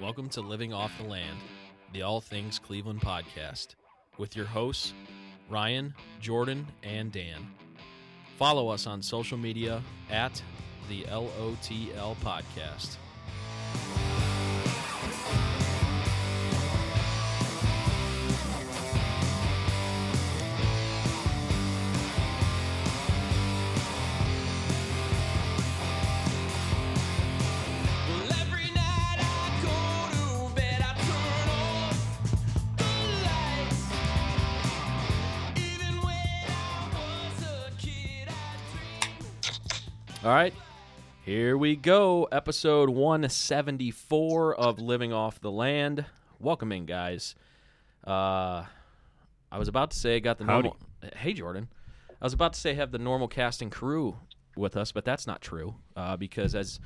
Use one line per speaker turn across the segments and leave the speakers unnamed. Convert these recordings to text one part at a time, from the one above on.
Welcome to Living Off the Land, the All Things Cleveland podcast, with your hosts, Ryan, Jordan, and Dan. Follow us on social media at the LOTL Podcast.
Well, every night I go to bed, I turn off the lights. Even when I was a kid, I dreamed.
All right. Here we go. Episode 174 of Living Off the Land. Welcome in, guys. Uh, I was about to say I got the
Howdy.
normal. uh, Hey, Jordan. I was about to say have the normal casting crew with us, but that's not true uh, because as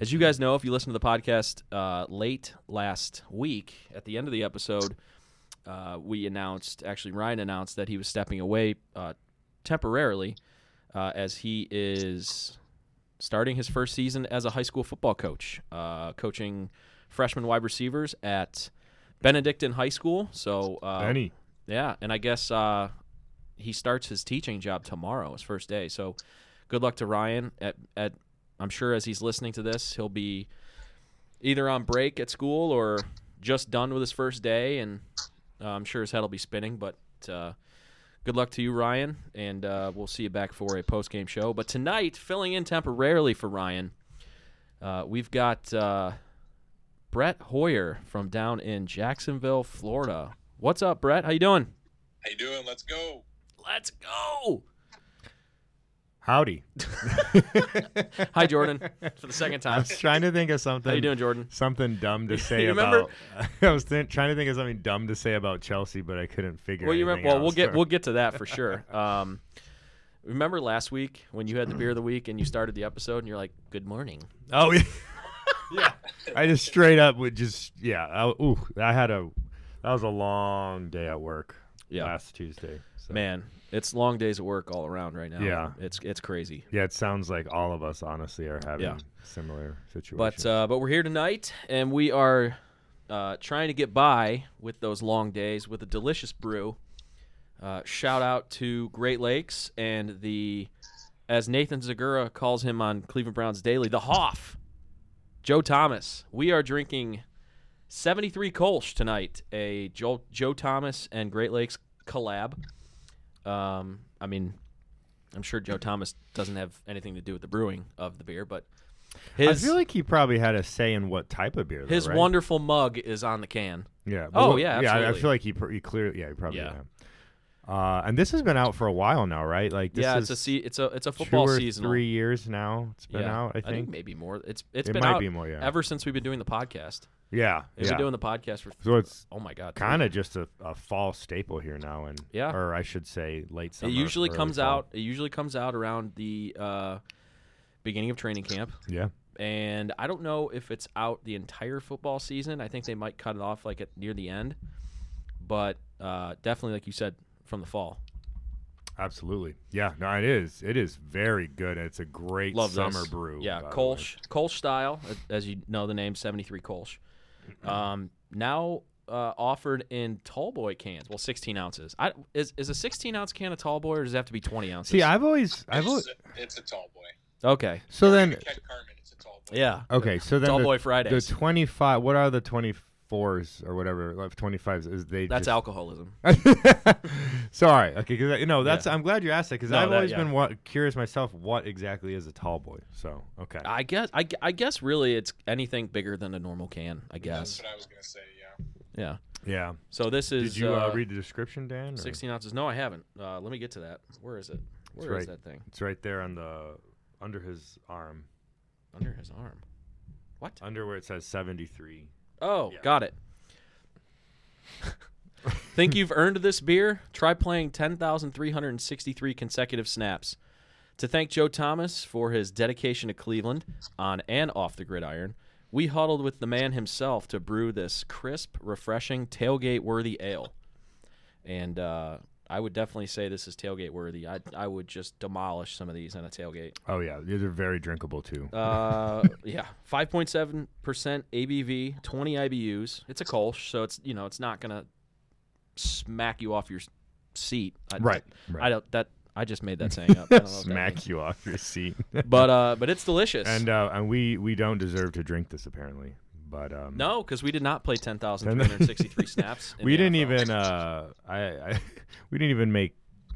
as you guys know, if you listen to the podcast uh, late last week, at the end of the episode, uh, we announced actually Ryan announced that he was stepping away uh, temporarily uh, as he is starting his first season as a high school football coach, uh, coaching freshman wide receivers at Benedictine High School. So uh,
Benny.
yeah, and I guess uh, he starts his teaching job tomorrow, his first day. So, good luck to Ryan. At, at I'm sure as he's listening to this, he'll be either on break at school or just done with his first day, and uh, I'm sure his head will be spinning. But uh, good luck to you, Ryan, and uh, we'll see you back for a post game show. But tonight, filling in temporarily for Ryan, uh, we've got. Uh, Brett Hoyer from down in Jacksonville, Florida. What's up, Brett? How you doing?
How you doing? Let's go.
Let's go.
Howdy.
Hi, Jordan, for the second
I
time.
was trying to think of something.
How you doing, Jordan?
Something dumb to say
You remember-
about. I was th- trying to think of something dumb to say about Chelsea, but I couldn't figure.
Well, you
anything
remember, well, we'll
else.
get we'll get to that for sure. Um, remember last week when you had the beer of the week and you started the episode and you're like, "Good morning."
oh yeah. yeah. I just straight up would just yeah. I, ooh, I had a that was a long day at work.
Yeah.
Last Tuesday. So.
Man, it's long days at work all around right now.
Yeah.
it's it's crazy.
Yeah, it sounds like all of us honestly are having
Yeah.
similar situations.
But uh, but we're here tonight and we are uh, trying to get by with those long days with a delicious brew. Uh, shout out to Great Lakes and the, as Nathan Zagura calls him on Cleveland Browns Daily, the Hoff, Joe Thomas. We are drinking 73 Kolsch tonight, a Joe, Joe Thomas and Great Lakes collab. Um, I mean, I'm sure Joe Thomas doesn't have anything to do with the brewing of the beer, but his,
I feel like he probably had a say in what type of beer. Though,
his
right?
wonderful mug is on the can.
Yeah.
Oh,
what-
yeah,
Yeah. I- I
absolutely.
feel like he, pr- he clearly. Yeah. He probably.
Yeah.
Yeah. Uh, and this has been out for a while now, right? Like this
yeah,
is
it's a se- it's a it's a
two
football
or
season.
three years now. It's been out, I think.
maybe more. It's it's
It
been
might
out
be more, yeah.
ever since we've been doing the podcast.
yeah,
We've
yeah.
been doing the podcast for
so it's
oh my god,
kind of just a, a fall staple here now, and
Yeah.
or I should say late
It
summer.
usually
early
comes
fall.
out. It usually comes out around the uh, beginning of training camp,
Yeah.
and I don't know if it's out the entire football season. I think they might cut it off like at near the end, but uh, definitely like you said from the fall.
Absolutely. Yeah. No, it is. It is very good. It's a great
Love
summer
this.
brew.
Yeah,
by the way.
Kolsch, Kolsch style, a- as you know the name, 73 Kolsch.
Mm-hmm.
Um, now uh, offered in tall boy cans. Well, 16 ounces. I, is, is a 16 ounce can a tall boy, or does it have to be 20 ounces?
See, I've always, I've
It's,
always,
a, it's a tall boy.
okay.
so then,
Ken Carmen, it's a tall boy.
Yeah.
okay, so Uh, then
Tall
the,
boy
the
Fridays.
twenty five. What are the twenty fours or whatever? Like twenty fives is they.
That's
just,
alcoholism.
Sorry. Okay, because you know that's. I'm glad you asked that because
No,
I've
that-
always
yeah.
been wa- curious myself. What exactly is a tall boy? So okay.
I guess. I, gu- I guess really it's anything bigger than a normal can. I
That's
guess.
what I was gonna say. Yeah.
Yeah.
yeah.
So this is.
Did you uh,
uh,
read the description, Dan? or-
16 ounces? No, I haven't. Uh, let me get to that. Where is it? Where is
right.
that thing?
It's right there on the under his arm,
Under his arm. What?
under where it says 73.
Oh,
Yeah.
got it. Think you've earned this beer? Try playing 10,363 consecutive snaps. To thank Joe Thomas for his dedication to Cleveland on and off the gridiron, we huddled with the man himself to brew this crisp, refreshing, tailgate worthy ale. And uh, I I would definitely say this is tailgate worthy. I I would just demolish some of these on a tailgate.
Oh yeah, these are very drinkable too.
Uh, yeah, five point seven percent ABV, twenty IBUs. It's a Kolsch, so it's you know it's not gonna smack you off your s- seat. I,
right.
I
right.
don't that. I just made that saying up. I don't know what that
Smack
means.
you off your seat.
But uh, but it's delicious.
and uh, and we we don't deserve to drink this apparently, but um,
no, because we did not play ten thousand three hundred sixty-three snaps. in
we
the
didn't
NFL.
even uh, I, I we didn't even make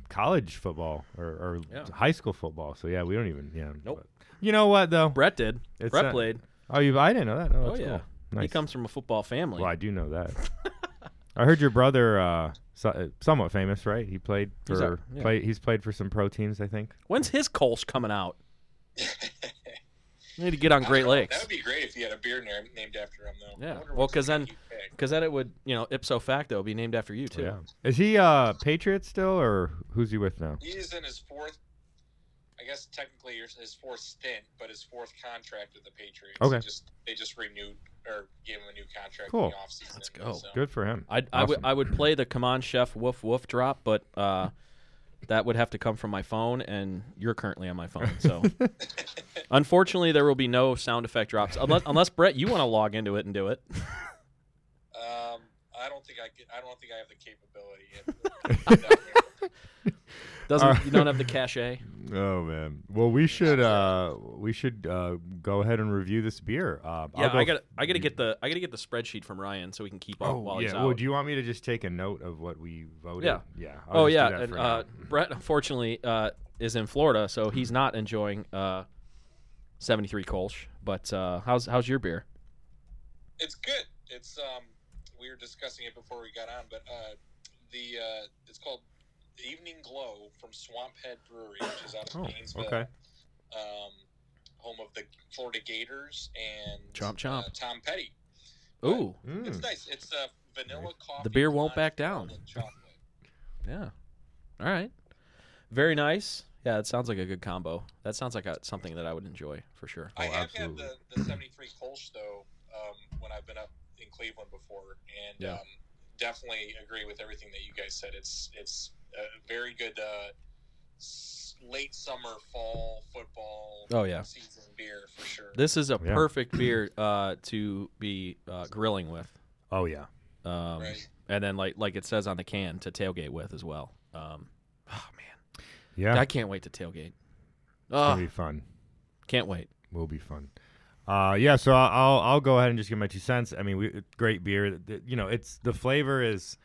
college football or, or
Yeah.
high school football. So yeah, we don't even yeah.
Nope.
but- you know what though?
Brett did.
It's
Brett
not-
played.
Oh, you I didn't know that. Oh,
Oh
that's
yeah,
cool. Nice.
he comes from a football family.
Well, I do know that. I heard your brother uh, so, uh, somewhat famous, right? He played for
He's a- yeah.
play, he's played for some pro teams, I think.
When's his Kolsch coming out? We need to get on Great
That
Lakes.
would be great if you had a beer na- named after him, though.
Yeah.
I wonder
Well,
what's
'cause
the
then-
name you picked.
Because then it would, you know, ipso facto be named after you, too.
Yeah. Is he uh Patriot still or who's he with now?
he's in his fourth. I guess technically his his fourth stint, but his fourth contract with the Patriots.
Okay.
He Just they just renewed or gave him a new contract
Cool.
in the offseason.
Let's go.
So.
Good for him.
I'd, I, would,
Awesome.
I would play the Come On Chef woof woof drop, but uh, that would have to come from my phone, and you're currently on my phone. So unfortunately, there will be no sound effect drops. Unless, unless Brett, you want to log into it and do it.
Um, I don't think I could, I don't think I have the capability. Yet.
Doesn't
Alright.
You don't have the cachet.
Oh man. Well, we should uh we should uh go ahead and review this beer. Uh, I'll
Yeah,
go
I got to I got to
you-
get the I got to get the spreadsheet from Ryan so we can keep up
Oh,
while
yeah.
he's out.
Well, do you want me to just take a note of what we voted?
Yeah.
Yeah. I'll
oh
just do
yeah,
that
and
for
uh,
now.
Brett unfortunately uh, is in Florida, so he's not enjoying uh, 73 Kolsch. But uh, how's how's your beer?
it's good. It's um, we were discussing it before we got on, but uh, the uh, it's called Evening Glow from Swamp Head Brewery, which is out of
Oh,
Gainesville.
okay.
Um, home of the Florida Gators and
Chomp chomp.
Uh, Tom Petty.
Ooh,
It's
Mm.
nice. It's uh, vanilla coffee.
beer won't
lime,
back down.
and Chocolate.
yeah. All right, very nice. Yeah, it sounds like a good combo. That sounds like a, something that I would enjoy for sure.
I
Oh,
have had
absolutely.
the, the 73 Kolsch, though, um, when I've been up in Cleveland before, and
Yeah.
um, definitely agree with everything that you guys said. It's it's a very good uh, s- late summer, fall football
Oh, yeah.
season beer for sure.
This is a
Yeah.
perfect beer uh, to be uh, grilling with,
Oh yeah.
um,
Right.
and then like like it says on the can to tailgate with as well. Um, oh man,
Yeah.
I
It's
can't wait to tailgate.
gonna
Oh,
be fun.
can't wait.
will be fun. Uh, yeah, so I'll I'll- I'll go ahead and just give my two cents. I mean, we great beer. Th- You know, it's the flavor is.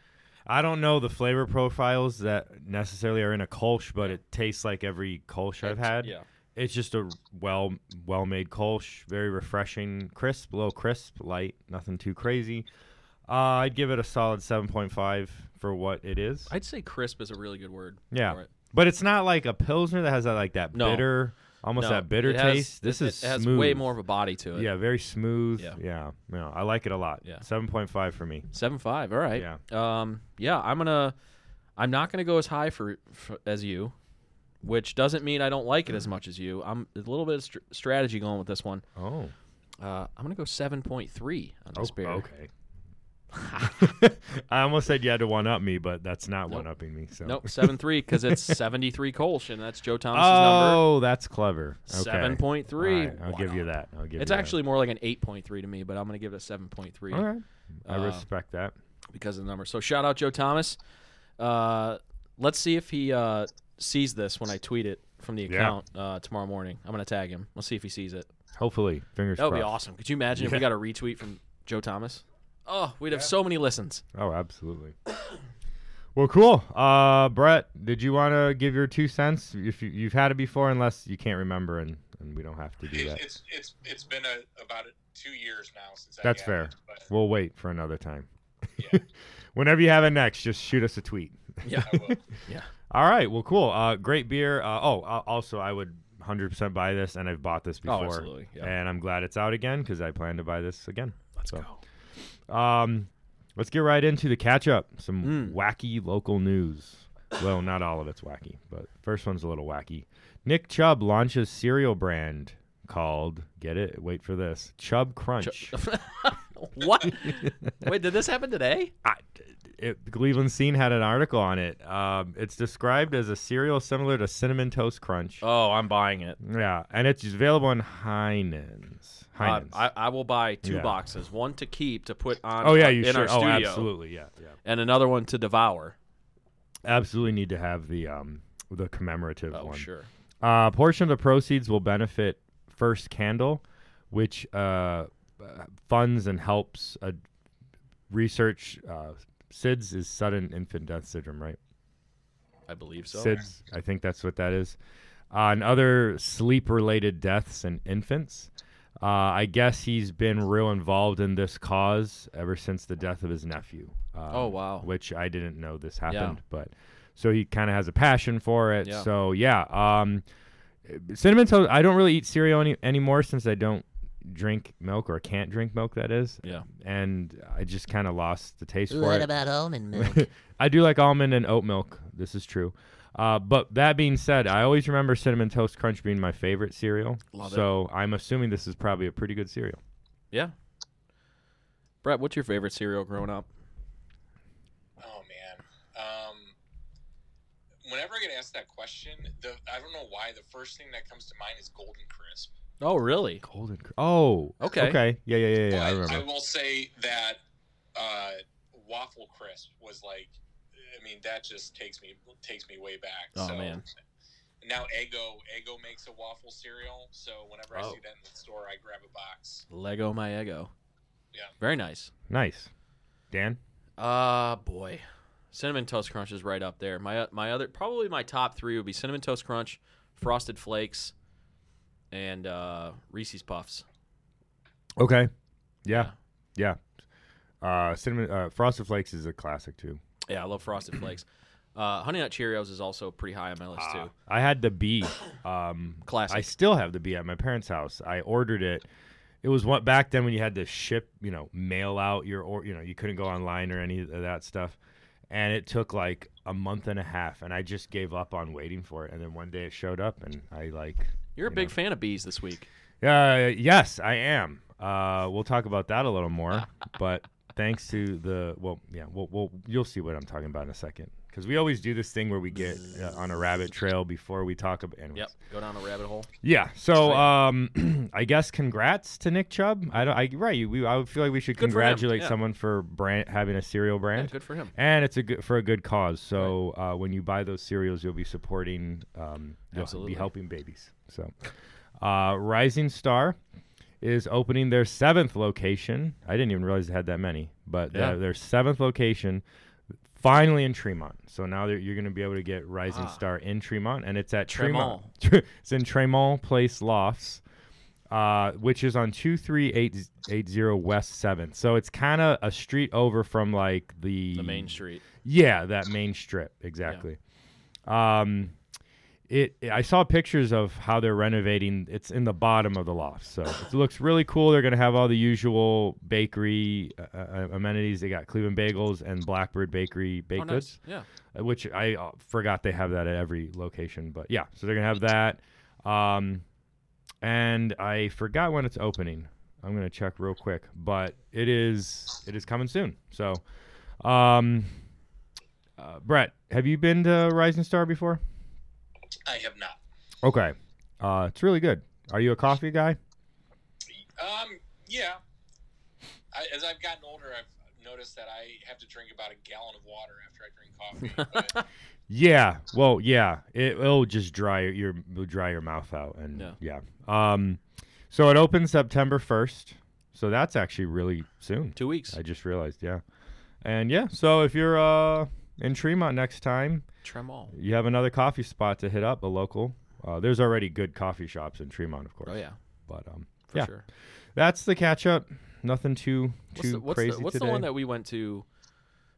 I don't know the flavor profiles that necessarily are in a Kolsch, but it tastes like every Kolsch I've had.
Yeah.
It's just a well well made Kolsch, very refreshing, crisp, low crisp, light, nothing too crazy. Uh, I'd give it a solid 7.5 for what it is.
I'd say crisp is a really good word.
Yeah.
for it.
But it's not like a Pilsner that has that like that
No.
bitter, almost
No,
that bitter
it has-
taste. This
it-
is
it has
smooth.
way more of a body to it.
Yeah, very smooth.
Yeah.
Yeah. yeah, I like it a lot.
Yeah.
seven point five for me.
seven five. All right.
Yeah.
Um. Yeah. I'm gonna. I'm not gonna go as high for, for as you, which doesn't mean I don't like it as much as you. I'm a little bit of str- strategy going with this one.
Oh,
Uh, I'm gonna go seven point three on this beer.
okay. I almost said you had to one up me, but that's not
Nope.
one upping me. So
Nope, seven three because it's seventy three Kolsch, and that's Joe Thomas's number.
Oh, that's clever. Okay.
Seven point three.
All right, I'll give you that. I'll give.
It's
you that.
actually more like an eight point three to me, but I'm gonna give it a seven point three.
all right. I
Uh,
respect that.
because of the number. So shout out Joe Thomas. Uh, let's see if he uh, sees this when I tweet it from the
Yeah.
account uh, tomorrow morning. I'm gonna tag him. Let's see if he sees it.
Hopefully, fingers
That would be
crossed.
awesome. Could you imagine if we
Yeah.
got a retweet from Joe Thomas? Oh, we'd have so many listens.
Oh, absolutely. Well, cool. Uh, Brett, did you want to give your two cents? If you, you've had it before, unless you can't remember, and, and we don't have to do
It's,
that.
it's it's it's been a, about two years now since I
That's
had
fair.
it, but
We'll wait for another time.
Yeah.
Whenever you have it next, just shoot us a tweet.
Yeah,
I will.
All right. Well, cool. Uh, great beer. Uh, oh, uh, also, I would 100% buy this, and I've bought this before.
Oh, absolutely, yeah.
And I'm glad it's out again because I plan to buy this again.
let's
So-
go.
Um, let's get right into the catch up. Some
Mm.
wacky local news. Well, not all of it's wacky, but first one's a little wacky. Nick Chubb launches cereal brand called, get it? Wait for this Chubb Crunch.
what? Wait, did this happen today?
I, it, the Cleveland Scene had an article on it. Um, it's described as a cereal similar to Cinnamon Toast Crunch.
Oh, I'm buying it.
Yeah, and it's available in Heinen's.
Uh,
Heinen's.
I, I will buy two
Yeah.
boxes, one to keep to put on.
oh yeah,
uh,
you
in
should.
our
oh,
studio,
absolutely. Yeah, yeah.
and another one to devour.
Absolutely need to have the um the commemorative one.
Oh sure.
Uh, a portion of the proceeds will benefit First Candle, which uh, funds and helps uh, research uh, SIDS is sudden infant death syndrome, right?
I believe so.
SIDS, I think that's what that is. Uh, and other sleep related deaths in infants. Uh, I guess he's been real involved in this cause ever since the death of his nephew. Uh,
Oh, wow.
Which I didn't know this happened, but so he kind of has a passion for it.
Yeah.
So yeah, um, cinnamon toast. I don't really eat cereal any, anymore since I don't drink milk or can't drink milk. That is,
Yeah.
and I just kind of lost the taste for
What
it.
about almond milk?
I do like almond and oat milk. This is true. Uh, but that being said, I always remember Cinnamon Toast Crunch being my favorite cereal.
Love it.
so I'm assuming this is probably a pretty good cereal.
Yeah. Brett, what's your favorite cereal growing up?
Oh man. Um, whenever I get asked that question, the I don't know why the first thing that comes to mind is Golden Crisp.
Oh really?
Golden. Cr- oh.
Okay.
Okay. Yeah. Yeah. Yeah. Yeah. I
But
remember.
will say that uh, Waffle Crisp was like, I mean, that just takes me takes me way back.
Oh,
so,
man.
Now Eggo Eggo makes a waffle cereal, so whenever I
Oh.
see that in the store, I grab a box.
Lego my ego.
Yeah.
Very nice.
nice. Dan.
Ah, boy. Cinnamon Toast Crunch is right up there. My uh, my other probably my top three would be Cinnamon Toast Crunch, Frosted Flakes, and uh, Reese's Puffs.
Okay. Yeah. Yeah. Uh, cinnamon uh, Frosted Flakes is a classic too.
Yeah, I love Frosted Flakes. Uh, Honey Nut Cheerios is also pretty high on my list
Ah,
too.
I had the B. Um,
Classic.
I still have the B at my parents' house. I ordered it. It was what back then when you had to ship, you know, mail out your or you know you couldn't go online or any of that stuff, and it took like a month and a half, and I just gave up on waiting for it. And then one day it showed up, and I like,
You're a
you
big
know.
fan of bees this week.
uh, yes, I am. Uh, we'll talk about that a little more, but thanks to the well, yeah, we'll, we'll you'll see what I'm talking about in a second because we always do this thing where we get uh, on a rabbit trail before we talk about. Anyways.
Yep. Go down a rabbit hole.
Yeah. So, um, I guess congrats to Nick Chubb. I don't. I right. You, we, I would feel like we should
Good for him,
congratulate
yeah.
someone for brand having a cereal
Yeah,
brand,
good for him.
and it's a good for a good cause. So, uh, when you buy those cereals, you'll be supporting. Um, you'll
Absolutely.
be helping babies. So, uh, Rising Star is opening their seventh location. I didn't even realize they had that many, but
Yeah.
their, their seventh location. Finally in Tremont, so now that you're going to be able to get Rising
Ah.
Star in Tremont, and it's at
Tremont.
Tremont. it's in Tremont Place Lofts, uh, which is on 23880 West 7th. So it's kind of a street over from like the,
The main street.
Yeah, that main strip. Exactly. Um, it, I saw pictures of how they're renovating. It's in the bottom of the loft, so it looks really cool. They're gonna have all the usual bakery uh, uh, amenities. They got Cleveland Bagels and Blackbird Bakery baked
Oh,
goods
nice. Yeah.
uh, which I uh, forgot they have that at every location. But yeah, so they're gonna have that. Um, and I forgot when it's opening. I'm gonna check real quick, but it is it is coming soon. So, um, uh, Brett, have you been to Rising Star before?
I have not.
Okay, uh, it's really good. Are you a coffee guy?
Um, yeah. I, as I've gotten older, I've noticed that I have to drink about a gallon of water after I drink coffee. But
Yeah. Well, yeah. It, it'll just dry your it'll dry your mouth out, and yeah. Um, so it opens September first. So that's actually really soon.
Two weeks.
I just realized, yeah. And yeah, so if you're uh, in Tremont next time,
Tremol.
you have another coffee spot to hit up, a local. Uh, there's already good coffee shops in Tremont, of course.
Oh yeah.
But um,
For
Yeah.
sure.
that's the catch up. Nothing too
What's,
too
the, what's,
crazy
the, what's
today.
the one that we went to?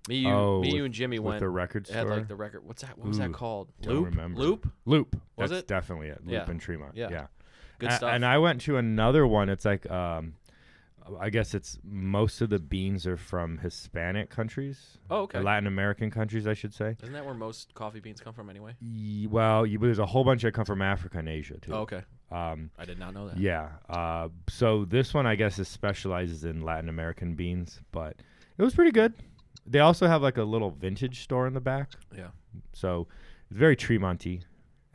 Me, you,
Oh,
me,
with-
you, and Jimmy
with
went.
the record
It had
store
like the record. What's that? What was
Ooh,
that called?
don't
Loop.
remember.
Loop.
loop.
Was
that's
it?
definitely it. Loop
Yeah.
in Tremont.
Yeah.
yeah.
Good
A-
stuff.
And I went to another one. It's like, um, I guess it's most of the beans are from Hispanic countries,
oh okay.
or Latin American countries, I should say.
Isn't that where most coffee beans come from anyway?
Ye- Well, you, there's a whole bunch that come from Africa and Asia too.
Oh, okay.
Um,
I did not know that.
yeah. Uh, so this one, I guess, is specializes in Latin American beans, but it was pretty good. They also have like a little vintage store in the back.
Yeah.
So it's very Tremonty.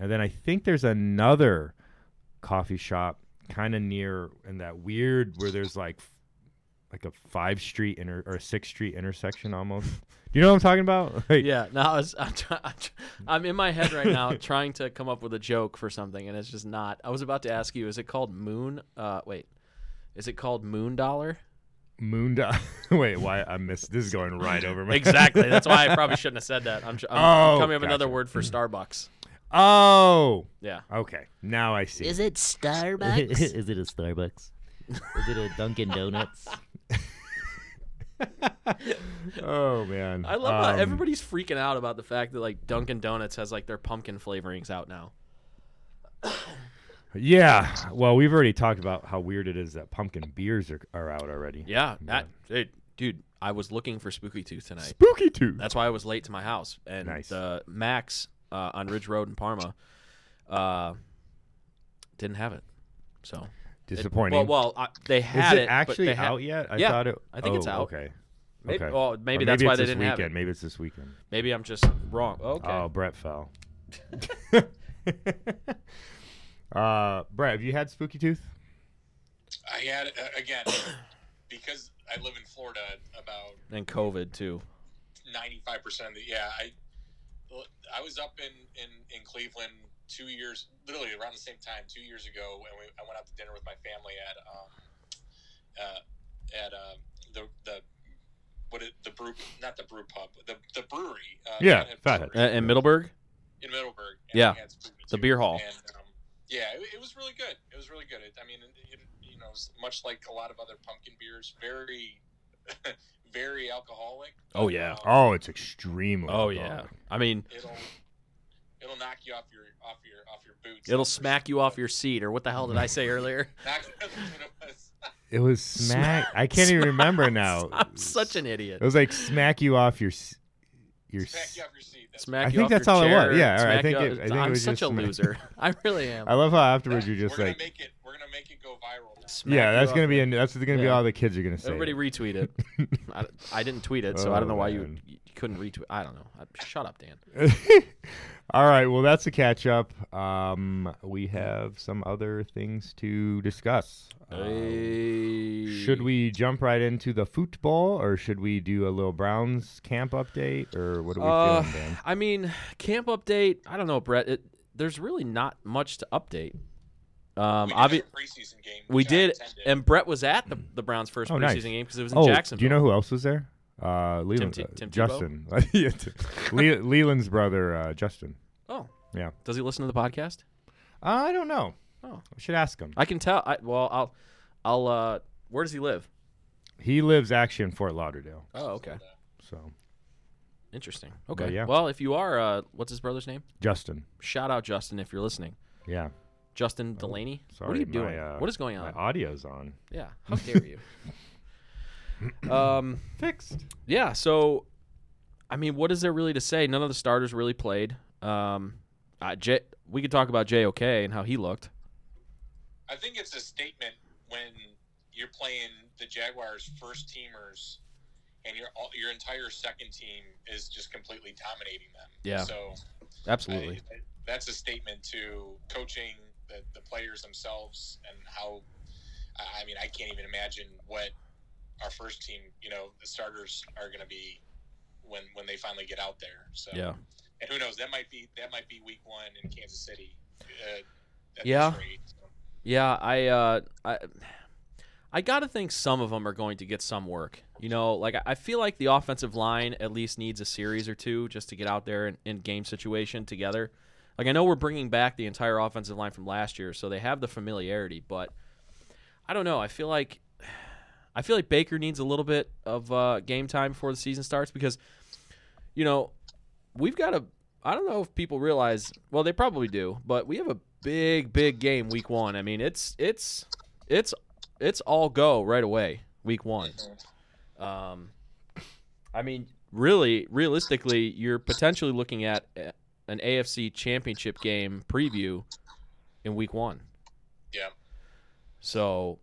And then I think there's another coffee shop kind of near in that weird where there's like f- like a five street inter or a six street intersection almost. Do you know what I'm talking about? Like,
Yeah, no, I was, I'm, try- I'm, tr- I'm in my head right now trying to come up with a joke for something, and it's just not. I was about to ask you, is it called Moon? Uh, wait, is it called Moon Dollar?
Moon. Do- Wait, why I missed this is going right over my
Exactly. That's why I probably shouldn't have said that. I'm, tr- I'm
Oh,
coming up with another
gotcha.
word for Starbucks.
Oh,
Mm. Yeah.
okay. Now I see.
Is it Starbucks?
Is it a Starbucks? Is it a Dunkin' Donuts?
oh man.
I love how
Um,
everybody's freaking out about the fact that like Dunkin' Donuts has like their pumpkin flavorings out now.
Yeah. Well, we've already talked about how weird it is that pumpkin beers are, are out already.
Yeah, that it, dude. I was looking for Spooky Tooth tonight.
Spooky too.
That's why I was late to my house. And
Nice.
the Max uh, on Ridge Road in Parma uh, didn't have it. So
Disappointing.
Well, well, I, they had
is
it,
it,
but
actually
they ha-
out yet? I
Yeah,
thought it.
I think it's
oh,
out.
Okay.
Maybe,
okay.
Well,
Or
maybe that's why
it's
they
this
didn't
weekend.
have it.
Maybe it's this weekend.
Maybe I'm just wrong. Okay.
Oh, Brett fell. uh, Brett, have you had Spooky Tooth?
I had uh, again because I live in Florida. About
and COVID too.
ninety-five percent of the yeah. I I was up in in in Cleveland two years, literally around the same time two years ago, and we, I went out to dinner with my family at um uh, at um the the. What it, the brew, not the brew pub, the, the brewery. Uh,
Yeah,
Fathead
Fathead.
Uh, in Middleburg,
in Middleburg.
Yeah.
we had Spooky
The
Tooth,
beer hall.
And, um, yeah, it, it was really good. It was really good. It, I mean, it, it, you know, it was much like a lot of other pumpkin beers, very, very alcoholic.
Oh, yeah.
Um,
Oh, it's extremely.
Oh yeah. I mean,
it'll it'll knock you off your off your off your boots.
it'll smack you off your seat, or what the hell did I say earlier?
Knock, that's what it was.
It was smack. I can't even remember now.
I'm such an idiot.
It was like smack you off your s- your.
smack
s-
you off your seat. That's
Smack
I
you
think
off
that's
your
all it was.
chair,
Yeah, all right, I
smack you
think
off-
it- I think
I'm
it was
such
just
a
smack-
loser. I really am.
I love how
what
afterwards you're just
we're
like,
gonna make it. We're gonna make it go viral. now.
Smack
yeah,
you
that's
off
gonna
the-
be an, that's gonna be
Yeah.
all the kids are gonna say.
Everybody
it.
retweet it. I, I didn't tweet it, so I don't know
Oh,
why you,
man.
you couldn't retweet. I don't know. I, shut up, Dan.
All right, well, that's a catch up. Um, we have some other things to discuss. Um, should we jump right into the football, or should we do a little Browns camp update, or what are we
Uh,
feeling, Dan?
I mean, camp update. I don't know, Brett. It, there's really not much to update. Um,
we did have
obvi-
a preseason game.
we
which I
did,
attended.
and Brett was at the, the Browns' first
Oh,
preseason
nice.
game because it was in
Oh,
Jacksonville.
do you know who else was there? Uh, Leland,
T-
uh,
Tim Tebow?
Justin, Yeah, T- Le- Leland's brother, uh, Justin.
Oh,
Yeah.
Does he listen to the podcast?
I don't know.
Oh.
I should ask him.
I can tell. I, well, I'll, I'll. Uh, where does he live?
He lives actually in Fort Lauderdale,
Oh, okay.
so
Interesting. Okay.
yeah.
Well, if you are, uh, what's his brother's name?
Justin.
Shout out Justin if you're listening.
Yeah.
Justin Delaney.
Oh, Sorry,
what are you
my,
doing?
uh,
what is going
My
on?
audio's on.
Yeah. How dare you? um.
Fixed.
Yeah. So, I mean, what is there really to say? None of the starters really played. Um. Uh, J- we could talk about JOK and how he looked.
I think it's a statement when you're playing the Jaguars' first teamers, and your all- your entire second team is just completely dominating them.
Yeah.
So I-
Absolutely.
I- that's a statement to coaching the, the players themselves and how. I I mean, I can't even imagine what our first team, you know, the starters are going to be when when they finally get out there. So
yeah.
and who knows? That might be that might be week one in Kansas City. Uh, at this
Yeah.
rate, so.
Yeah, I, uh, I, I gotta think some of them are going to get some work. You know, like I- I feel like the offensive line at least needs a series or two just to get out there and in game situation together. Like I know we're bringing back the entire offensive line from last year, so they have the familiarity. But I don't know. I feel like, I feel like Baker needs a little bit of uh, game time before the season starts because, you know, we've got a. I don't know if people realize. Well, they probably do, but we have a big, big game week one. I mean, it's it's it's it's all go right away week one. Um, I mean, really, realistically, you're potentially looking at uh, an AFC Championship game preview in week one.
Yeah.
So,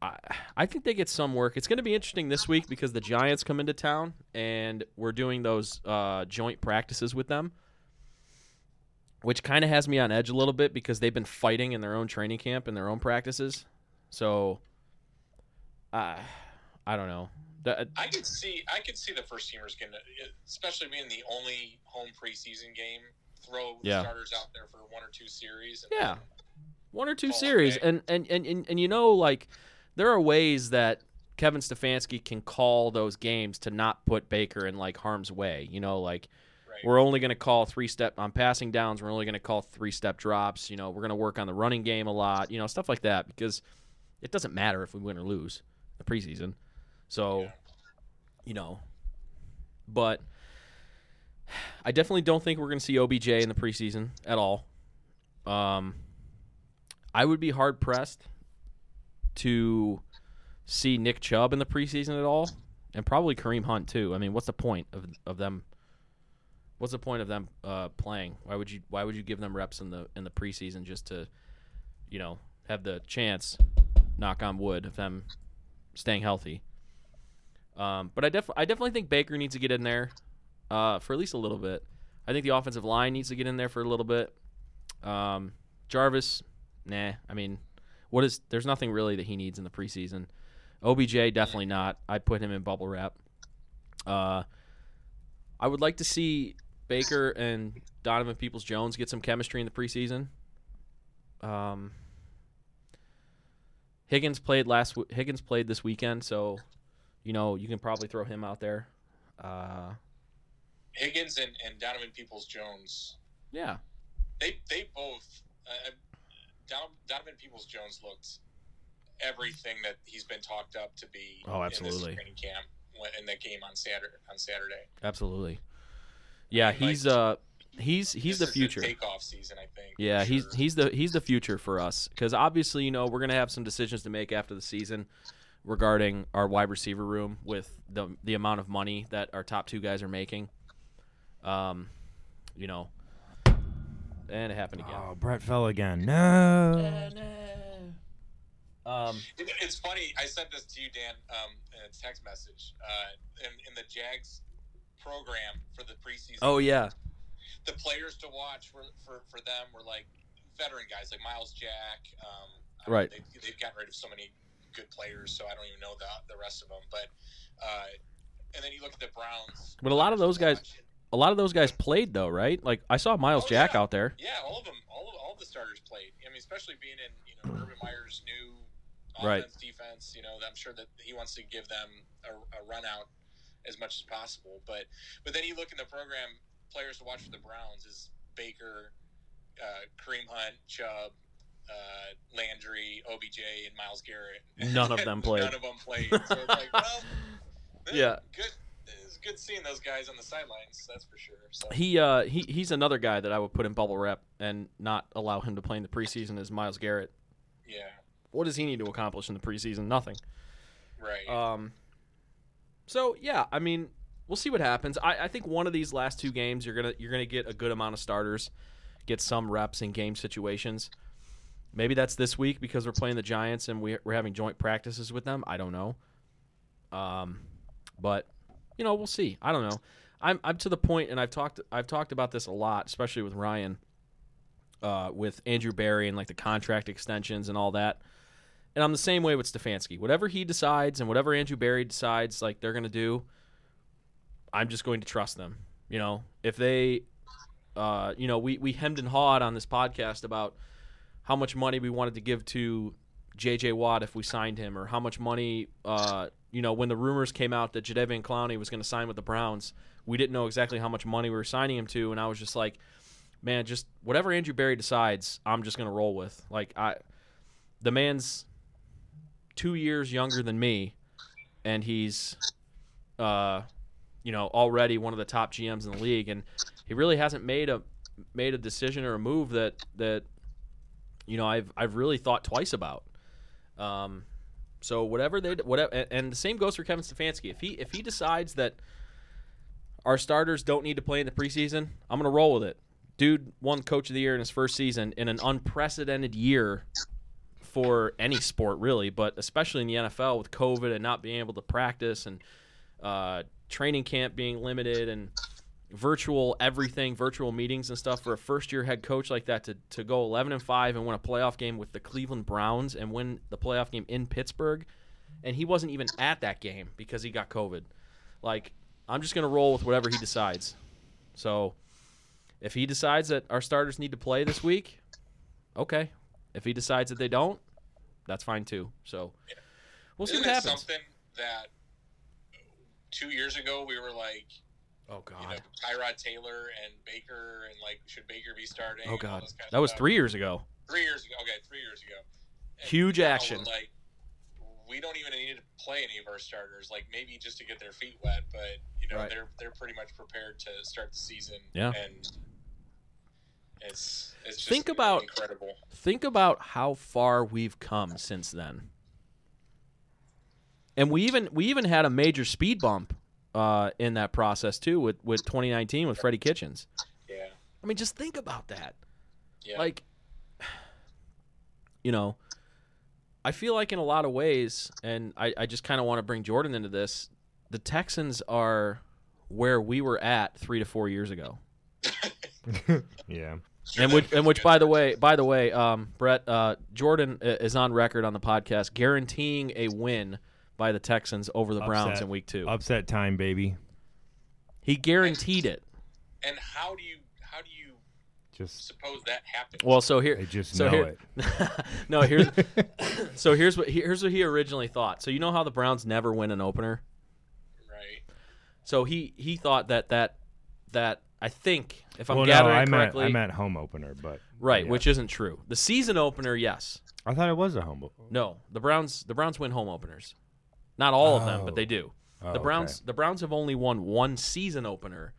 I, I think they get some work. It's going to be interesting this week because the Giants come into town and we're doing those uh, joint practices with them, which kind of has me on edge a little bit because they've been fighting in their own training camp and their own practices. So, uh, I don't know. That-
I could see I could see the first teamers getting, especially being the only home preseason game, throw the
Yeah.
starters out there for one or two series. And
Yeah. one or two
Oh,
series
okay.
and, and, and, and, and you know like there are ways that kevin stefanski can call those games to not put baker in like harm's way you know like
Right.
we're only going to call three step on passing downs we're only going to call three step drops you know we're going to work on the running game a lot you know stuff like that because it doesn't matter if we win or lose the preseason so
Yeah.
you know but i definitely don't think we're going to see obj in the preseason at all um i would be hard pressed to see nick chubb in the preseason at all and probably kareem hunt too i mean what's the point of, of them what's the point of them uh, playing? Why would you Why would you give them reps in the in the preseason just to, you know, have the chance, knock on wood, of them staying healthy? Um, but I def I definitely think Baker needs to get in there, uh, for at least a little bit. I think the offensive line needs to get in there for a little bit. Um, Jarvis, nah. I mean, what is? There's nothing really that he needs in the preseason. OBJ definitely not. I put him in bubble wrap. Uh, I would like to see Baker and Donovan Peoples Jones get some chemistry in the preseason. Um, Higgins played last. w- Higgins played this weekend, so you know you can probably throw him out there. Uh,
Higgins and, and Donovan Peoples Jones,
yeah,
they they both uh, Don, Donovan Peoples Jones looked everything that he's been talked up to be.
Oh,
In
absolutely.
this training camp when- in that game on Saturday on Saturday.
absolutely. Yeah,
mean, like,
he's uh, he's he's
This
the
is
future.
takeoff season, I think.
Yeah,
for
he's
sure.
he's the he's the future for us because obviously you know we're gonna have some decisions to make after the season regarding our wide receiver room with the the amount of money that our top two guys are making. Um, you know, and it happened again.
Oh, Brett fell again. No.
Oh,
Um,
It- It's funny. I sent this to you, Dan, um, in a text message. Uh, in, in the Jags program for the preseason,
oh yeah,
the players to watch were, for for them were like veteran guys, like Miles Jack. Um, I don't know,
Right.
They, they've gotten rid of so many good players, so I don't even know the the rest of them. But uh, and then you look at the Browns.
But a lot of those guys-
Watch it.
a lot of those guys played though, right? Like I saw Miles
Oh,
Jack
yeah.
out there.
Yeah, all of them, all of, all the starters played. I mean, especially being in you know Urban Meyer's new
Right.
offense defense. You know, I'm sure that he wants to give them a, a run out as much as possible. But but then you look in the program, players to watch for the Browns is Baker, uh, Kareem Hunt, Chubb. Uh, Landry, OBJ, and Miles Garrett.
None of them played.
None of them played. So it's like, well,
Yeah.
good. It's good seeing those guys on the sidelines. That's for sure. So
He uh he, he's another guy that I would put in bubble wrap and not allow him to play in the preseason is Miles Garrett.
yeah,
What does he need to accomplish in the preseason? Nothing.
right.
Um, so yeah, I mean, we'll see what happens. I, I think one of these last two games, you're gonna you're gonna get a good amount of starters, get some reps in game situations. Maybe that's this week because we're playing the Giants and we, we're having joint practices with them. I don't know. Um, but you know, we'll see. I don't know. I'm I'm to the point, and I've talked I've talked about this a lot, especially with Ryan, uh, with Andrew Barry and like the contract extensions and all that. And I'm the same way with Stefanski. Whatever he decides and whatever Andrew Barry decides, like they're gonna do, I'm just going to trust them. You know, if they, uh, you know, we we hemmed and hawed on this podcast about how much money we wanted to give to J.J. Watt if we signed him, or how much money, uh, you know, when the rumors came out that Jadeveon Clowney was going to sign with the Browns, we didn't know exactly how much money we were signing him to, and I was just like, man, just whatever Andrew Barry decides, I'm just going to roll with. Like I, the man's two years younger than me, and he's, uh, you know, already one of the top GMs in the league, and he really hasn't made a made a decision or a move that that you know I've I've really thought twice about. Um, so whatever they whatever, and, and the same goes for Kevin Stefanski. If he if he decides that our starters don't need to play in the preseason, I'm gonna roll with it. Dude won Coach of the Year in his first season in an unprecedented year for any sport really, but especially in the NFL with COVID and not being able to practice and uh, training camp being limited and virtual everything, virtual meetings and stuff for a first year head coach like that to, to go 11 and 5 and win a playoff game with the Cleveland Browns and win the playoff game in Pittsburgh. And he wasn't even at that game because he got COVID. Like, I'm just going to roll with whatever he decides. So if he decides that our starters need to play this week, okay. If he decides that they don't, that's fine too. So we'll see
Isn't
what
it
happens.
something that two years ago we were like,
Oh,
you know,
God.
Tyrod Taylor and Baker, and like, should Baker be starting?
Oh,
and all
God.
this kind of
That was
stuff.
three years ago.
three years ago. Okay, three years ago. And
Huge
now we're
action.
Like we don't even need to play any of our starters. Like maybe just to get their feet wet, but you know
Right.
they're they're pretty much prepared to start the season.
Yeah.
And it's it's just
Think about-
incredible.
Think about how far we've come since then. And we even we even had a major speed bump uh, in that process too with, with 2019 with Freddie Kitchens.
Yeah.
I mean, just think about that.
Yeah.
Like, you know, I feel like in a lot of ways, and I, I just kind of want to bring Jordan into this. The Texans are where we were at three to four years ago.
Yeah.
Sure,
and
that
which
feels
and which
good.
by the way by the way um Brett uh Jordan i- is on record on the podcast guaranteeing a win by the Texans over the Browns
Upset.
in week 2.
Upset time, baby.
He guaranteed it.
and how do you how do you
Just
suppose that happened?
Well, so here
I just
so
know
here,
it.
no, here's so here's what here's what he originally thought. So you know how the Browns never win an opener?
right.
So he he thought that that that I think if I'm
well, no,
gathering
I meant
correctly
I meant home opener, but
right,
yeah.
which isn't true. The season opener, yes.
I thought it was a home oh, opener.
No, the Browns the Browns win home openers. Not all of them,
Oh.
but they do.
Oh,
the
okay.
Browns the Browns have only won one season opener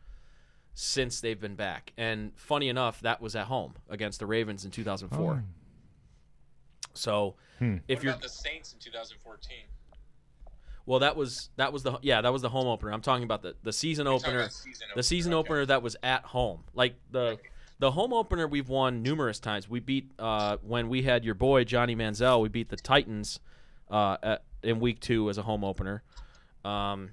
since they've been back. And funny enough, that was at home against the Ravens in 2004.
Oh.
So, if
Hmm.
What
you're
about the Saints in 2014?
well, that was that was the yeah, that was the home opener. I'm talking about the the season
You're talking
opener.
about season
The season
okay.
opener that was at home. Like the the home opener we've won numerous times. We beat uh, when we had your boy Johnny Manziel. We beat the Titans uh, at, in week two as a home opener. Um,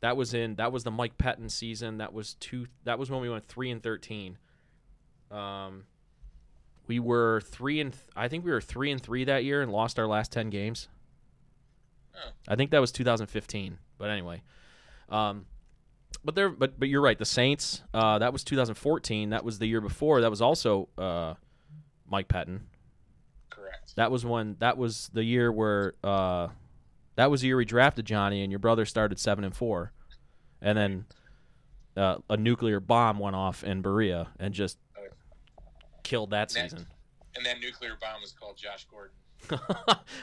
that was in that was the Mike Patton season. That was two. That was when we went three and thirteen. Um, we were three and th- I think we were three and three that year and lost our last ten games.
Oh.
I think that was 2015. But anyway, um, but there, but but you're right. The Saints. Uh, that was 2014. That was the year before. That was also uh, Mike Patton.
Correct.
That was when. That was the year where. Uh, that was the year we drafted Johnny, and your brother started seven and four, and then uh, a nuclear bomb went off in Berea and just
Right.
killed that
Next.
season.
And that nuclear bomb was called Josh Gordon.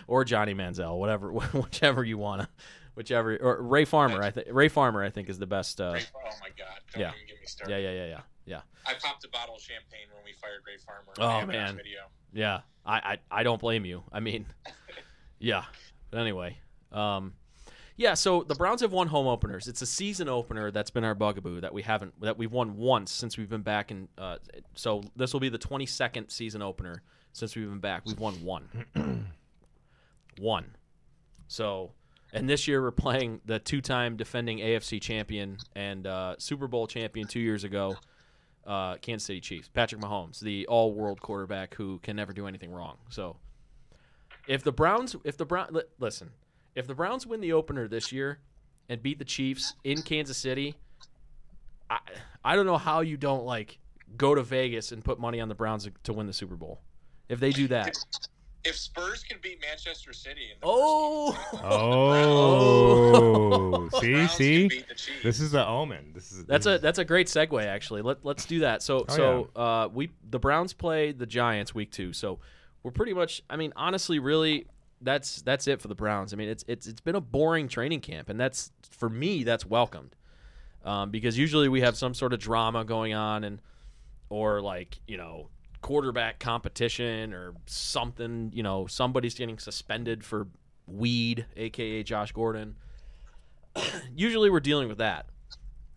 or Johnny Manziel, whatever, whichever you wanna, whichever, or Ray Farmer. I think Ray Farmer, I think, is the best. Uh,
Ray- oh my God! Don't
yeah.
even get me started.
yeah, yeah, yeah, yeah, yeah,
I popped a bottle of champagne when we fired Ray Farmer.
Oh,
I have it on
man.
Video.
yeah. I, I, I don't blame you. I mean, yeah. But anyway, um, yeah. So the Browns have won home openers. It's a season opener that's been our bugaboo that we haven't that we've won once since we've been back in. Uh, so this will be the 22nd season opener since we've been back. We've won one. one. So, and this year we're playing the two-time defending AFC champion and uh, Super Bowl champion two years ago, uh, Kansas City Chiefs. Patrick Mahomes, the all-world quarterback who can never do anything wrong. So, if the Browns, if the Brown, li- listen, if the Browns win the opener this year and beat the Chiefs in Kansas City, I I don't know how you don't like go to Vegas and put money on the Browns to win the Super Bowl. If they do that,
If Spurs can beat Manchester City, in the
oh.
Oh,
first
see,
game, Browns can
see,
beat the Chiefs.
this is the omen. This is
That's
this
a
is-
that's a great segue actually. Let let's do that. So
Oh,
so uh, we the Browns play the Giants week two. So we're pretty much. I mean, honestly, really, that's that's it for the Browns. I mean, it's it's it's been a boring training camp, and that's for me that's welcomed um, because usually we have some sort of drama going on and or like you know quarterback competition or something. You know, somebody's getting suspended for weed, aka Josh Gordon. usually we're dealing with that.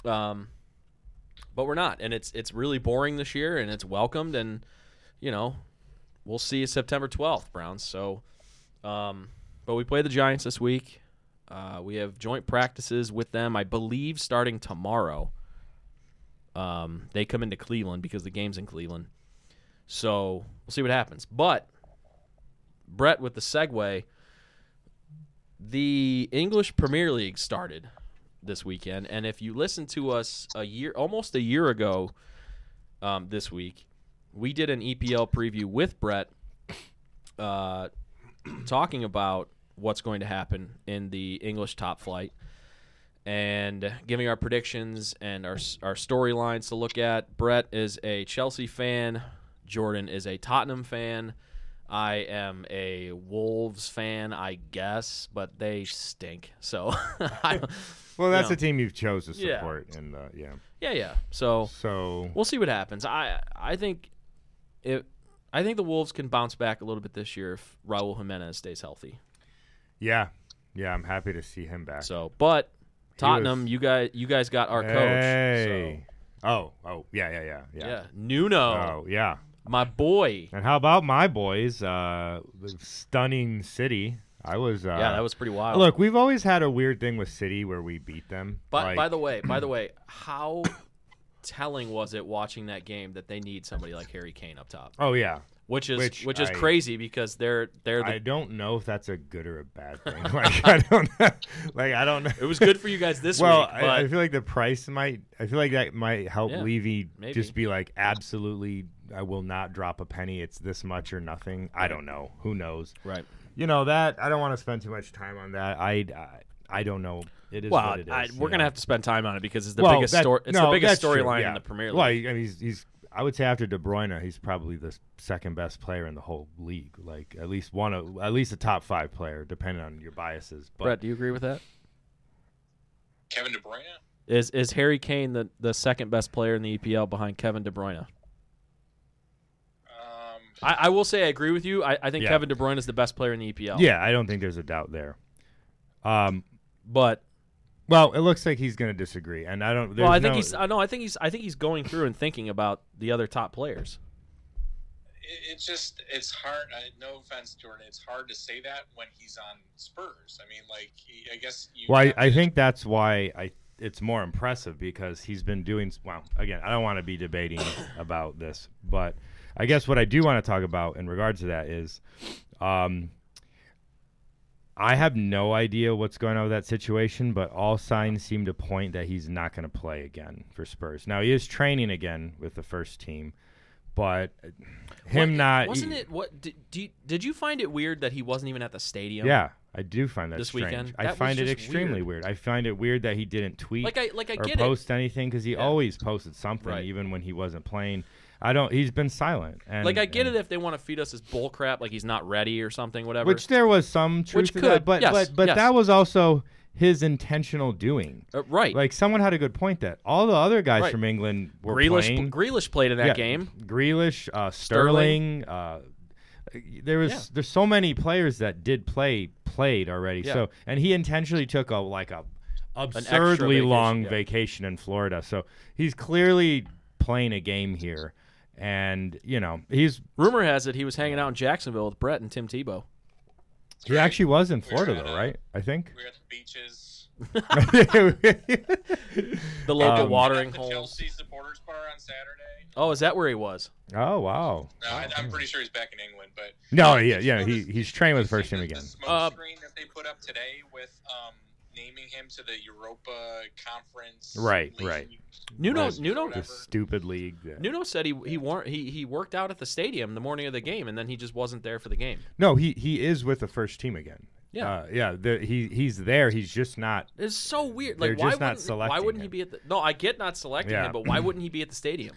Um, but we're not, and it's it's really boring this year, and it's welcomed, and you know, we'll see you September 12th, Browns. So, um, but we play the Giants this week. Uh, we have joint practices with them, I believe, starting tomorrow. Um, they come into Cleveland because the game's in Cleveland. So we'll see what happens. But Brett, with the segue, the English Premier League started this weekend, and if you listen to us a year, almost a year ago, um, this week, we did an EPL preview with Brett, uh, talking about what's going to happen in the English top flight and giving our predictions and our our storylines to look at. Brett is a Chelsea fan. Jordan is a Tottenham fan. I am a Wolves fan, I guess, but they stink. So, I don't-
Well, that's
Yeah.
the team you've chose to
Yeah.
support, and uh, yeah.
yeah, yeah. So
So
we'll see what happens. I I think it. I think the Wolves can bounce back a little bit this year if Raul Jimenez stays healthy.
yeah, yeah, I'm happy to see him back.
So, but Tottenham,
was-
you guys, you guys got our
hey. Oh, oh, yeah, yeah, yeah,
coach. So,
yeah.
yeah, Nuno,
Oh, yeah.
my boy.
And how about my boys? Uh, the stunning City. I was. Uh,
yeah, that was pretty wild.
Look, we've always had a weird thing with City where we beat them.
but
like,
by the way, by the way, how telling was it watching that game that they need somebody like Harry Kane up top,
oh yeah,
which is which,
Which
is
I-
crazy because they're they're the,
I don't know if that's a good or a bad thing. Like I don't, know. like I don't know.
it was good for you guys this
well,
week, but
I, I feel like the price might. I feel like that might help
Yeah,
Levy
maybe.
just be like, absolutely, I will not drop a penny. It's this much or nothing. I don't know. Who knows?
right.
You know that I don't want to spend too much time on that. I, I, I don't know. It is
Well,
what it is.
I,
you
we're gonna
know?
have to spend time on it because it's the
Well,
biggest
that-
story. It's
no,
the biggest
that's true,
storyline
yeah.
in the Premier League.
Well, I mean, he's, he's. I would say after De Bruyne, he's probably the second best player in the whole league. Like at least one of, at least a top five player, depending on your biases. But
Brett, do you agree with that?
Kevin De Bruyne.
Is is Harry Kane the, the second best player in the EPL behind Kevin De Bruyne?
Um,
I, I will say I agree with you. I, I think
Yeah.
Kevin De Bruyne is the best player in the E EPL.
yeah, I don't think there's a doubt there. Um,
but
Well, it looks like he's going to disagree, and I don't.
well, I
there's
think
no-
he's uh, no, I think he's I think he's going through and thinking about the other top players.
it, it just it's hard. I, no offense, Jordan. It's hard to say that when he's on Spurs. I mean, like he, I guess. You
Well, I,
have
I
to-
think that's why I. It's more impressive because he's been doing. Well, again, I don't want to be debating about this, but I guess what I do want to talk about in regards to that is, um, I have no idea what's going on with that situation, but all signs seem to point that he's not going to play again for Spurs. Now he is training again with the first team, but him
What-
not e,
wasn't it. What did do you, did you find it weird that he wasn't even at the stadium?
Yeah, I do find that
This
strange.
weekend?
I
That was
find it
just
extremely weird. I find it weird that he didn't tweet
Like I like I
or
get
post anything because he always posted something,
Right.
even when he wasn't playing. I don't. He's been silent.
it.
And,
Like I get
and-
it if they want to feed us as bull crap, like he's not ready or something, whatever.
Which there was some truth
Which
to
could,
that, but
yes,
but but
yes.
that was also his intentional doing.
Uh, right.
Like someone had a good point that all the other guys
Right.
from England were
Grealish
playing.
Grealish played in that
Yeah,
game.
Grealish, uh,
Sterling.
Sterling. uh, there was
Yeah.
there's so many players that did play played already.
Yeah.
So and he intentionally took a like a
extra
absurdly
vacation,
long
yeah.
vacation in Florida. So he's clearly playing a game here, and you know he's
Rumor has it he was hanging out in Jacksonville with Brett and Tim Tebow.
he actually was in Florida
Yeah.
though, right? I think.
we're at the beaches.
The local
Um,
watering
the
holes.
Chelsea supporters bar on Saturday.
Oh, is that where he was?
oh wow.
No, I, I'm pretty sure he's back in England, but
No,
Did
yeah,
you
yeah. He
notice-
he's training with the
did
first
you
team
see the-
again.
The smoke
Uh,
screen that they put up today with um, naming him to the Europa Conference.
Right,
League
right.
Nuno
Right.
Nuno
This stupid league. that-
Nuno said he he, war- he he worked out at the stadium the morning of the game, and then he just wasn't there for the game.
No, he he is with the first team again.
Yeah.
uh, yeah. The, he he's there. He's just not.
It's so weird.
They're
Like why
just not
wouldn't why
selecting
wouldn't he
him.
be at the? No, I get not selecting
Yeah.
him, but why wouldn't he be at the stadium?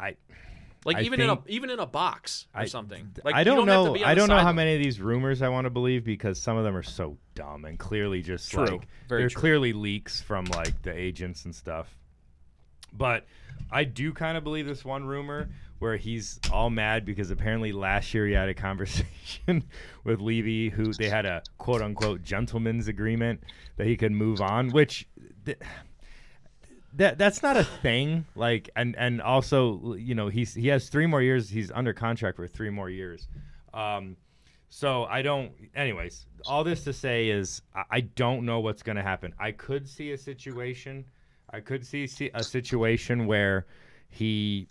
I-
like
I
even in a
think-
even in a box or
I-
something. Like
I
you
don't,
don't Have to
know.
be on
I
the
don't know how
sideline.
many of these rumors I want to believe because some of them are so dumb and clearly just
True.
like
Very
they're
true.
clearly leaks from like the agents and stuff. But I do kind of believe this one rumor where he's all mad because apparently last year he had a conversation with Levy who they had a quote unquote gentleman's agreement that he could move on, which th- that that's not a thing. Like, and and also, you know, he's he has three more years. He's under contract for three more years. Um, so I don't. Anyways, all this to say is I, I don't know what's going to happen. I could see a situation. I could see, see a situation where he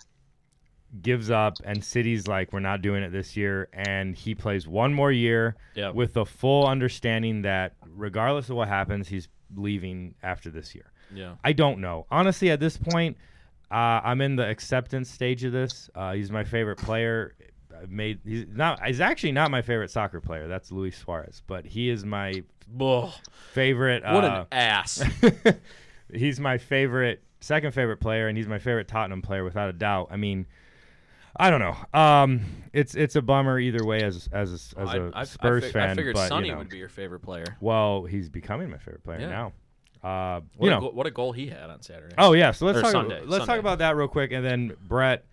gives up and City's like, we're not doing it this year, and he plays one more year
Yeah.
with the full understanding that regardless of what happens, he's leaving after this year.
Yeah.
I don't know. Honestly, at this point, uh, I'm in the acceptance stage of this. Uh, he's my favorite player. I've made he's not he's actually not my favorite soccer player. That's Luis Suarez, but he is my
Ugh.
favorite.
What
uh,
an ass.
he's my favorite, second favorite player, and he's my favorite Tottenham player without a doubt. I mean, I don't know. Um, it's it's a bummer either way as as a, as
I-
a
I- I
Spurs
fig-
fan.
I figured
but, you
Sonny
know.
would be your favorite player.
Well, he's becoming my favorite player
Yeah.
now. Uh,
What,
you
a
know,
go- what a goal he had on Saturday.
Oh yeah, so let's
Or
talk.
Sunday,
let's talk
Sunday.
about that real quick, and then Brett,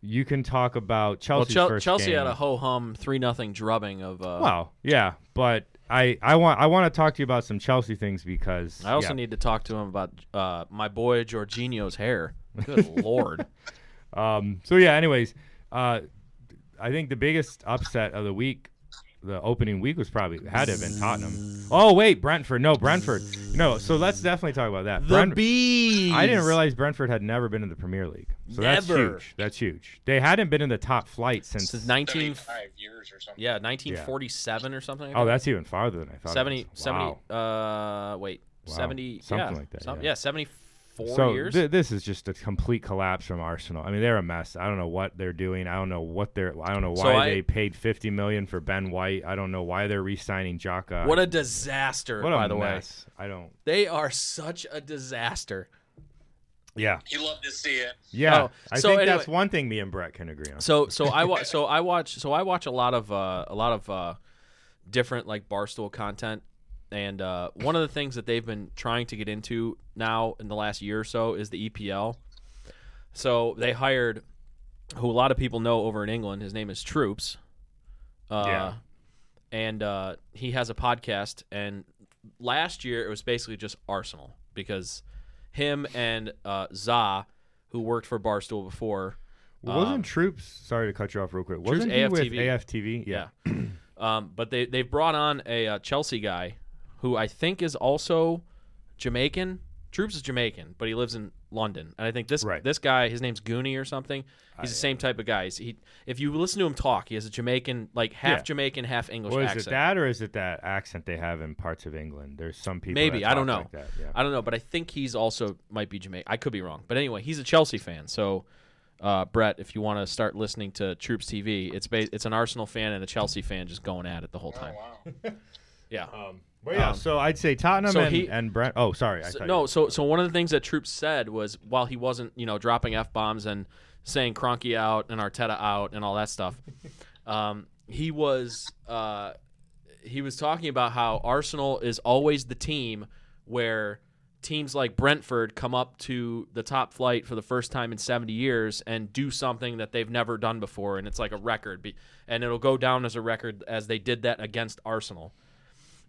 you can talk about
well,
Chelsea's
Chel-
first
Chelsea
game.
had a ho hum three nothing drubbing of. Uh,
Wow, yeah, but I I want I want to talk to you about some Chelsea things because
I also
yeah.
need to talk to him about uh, my boy Jorginho's hair. Good lord.
Um, so yeah, anyways, uh, I think the biggest upset of the week, the opening week was probably had to have been Tottenham. Oh wait, Brentford. No, Brentford. No, so let's definitely talk about that. Brent-
bees.
I didn't realize Brentford had never been in the Premier League. So that's
Never.
huge. That's huge. They hadn't been in the top flight since.
Since 19,
75 years or something.
yeah, 1947 or something. I
Oh,
think.
that's even farther than I thought.
70,
it was. Wow.
70 uh, wait, 70,
Something
yeah,
like that,
some-
yeah.
74
so
years.
thi- this is just a complete collapse from Arsenal. I mean, they're a mess. I don't know what they're doing. I don't know what they're. I don't know why
So I-
they paid fifty million for Ben White. I don't know why they're re-signing Jaka.
what a disaster,
what a
by the way.
mess. I don't.
They are such a disaster.
Yeah,
You love to see it.
yeah.
Oh,
I
so
think
anyway-
that's one thing me and Brett can agree on.
So so I watch so I watch so I watch a lot of uh, a lot of uh, different like barstool content, and uh, one of the things that they've been trying to get into now in the last year or so is the EPL. So they hired who a lot of people know over in England. His name is Troops. Uh,
Yeah.
And uh, he has a podcast. And last year it was basically just Arsenal because him and uh, Za, who worked for Barstool before,
wasn't
um,
Troops? Sorry to cut you off real quick.
Troops
Wasn't he with
AFTV.
AFTV? Yeah.
Um, but they they've brought on a uh, Chelsea guy who I think is also Jamaican. Troops is Jamaican, but he lives in London. And I think this
Right. uh,
this guy, his name's Goonie or something. He's the same type of guy. He's, he if you listen to him talk, he has a Jamaican, like half
Yeah.
Jamaican, half English
Or is
accent.
it that, or is it that accent they have in parts of England? There's some people.
Maybe
that
I don't know.
talk like that, yeah.
I don't know, but I think he's also might be Jamaican. I could be wrong, but anyway, he's a Chelsea fan. So, uh, Brett, if you want to start listening to Troops TV, it's ba- it's an Arsenal fan and a Chelsea fan just going at it the whole
Oh,
time.
wow.
Yeah.
But yeah,
Um,
so I'd say Tottenham
so
and,
he-
and Brent. Oh, sorry. I
So-
thought you-
no, so so one of the things that Troops said was while he wasn't, you know, dropping f bombs and saying Cronky out and Arteta out and all that stuff, um, he was uh, he was talking about how Arsenal is always the team where teams like Brentford come up to the top flight for the first time in 70 years and do something that they've never done before and it's like a record be- and it'll go down as a record as they did that against Arsenal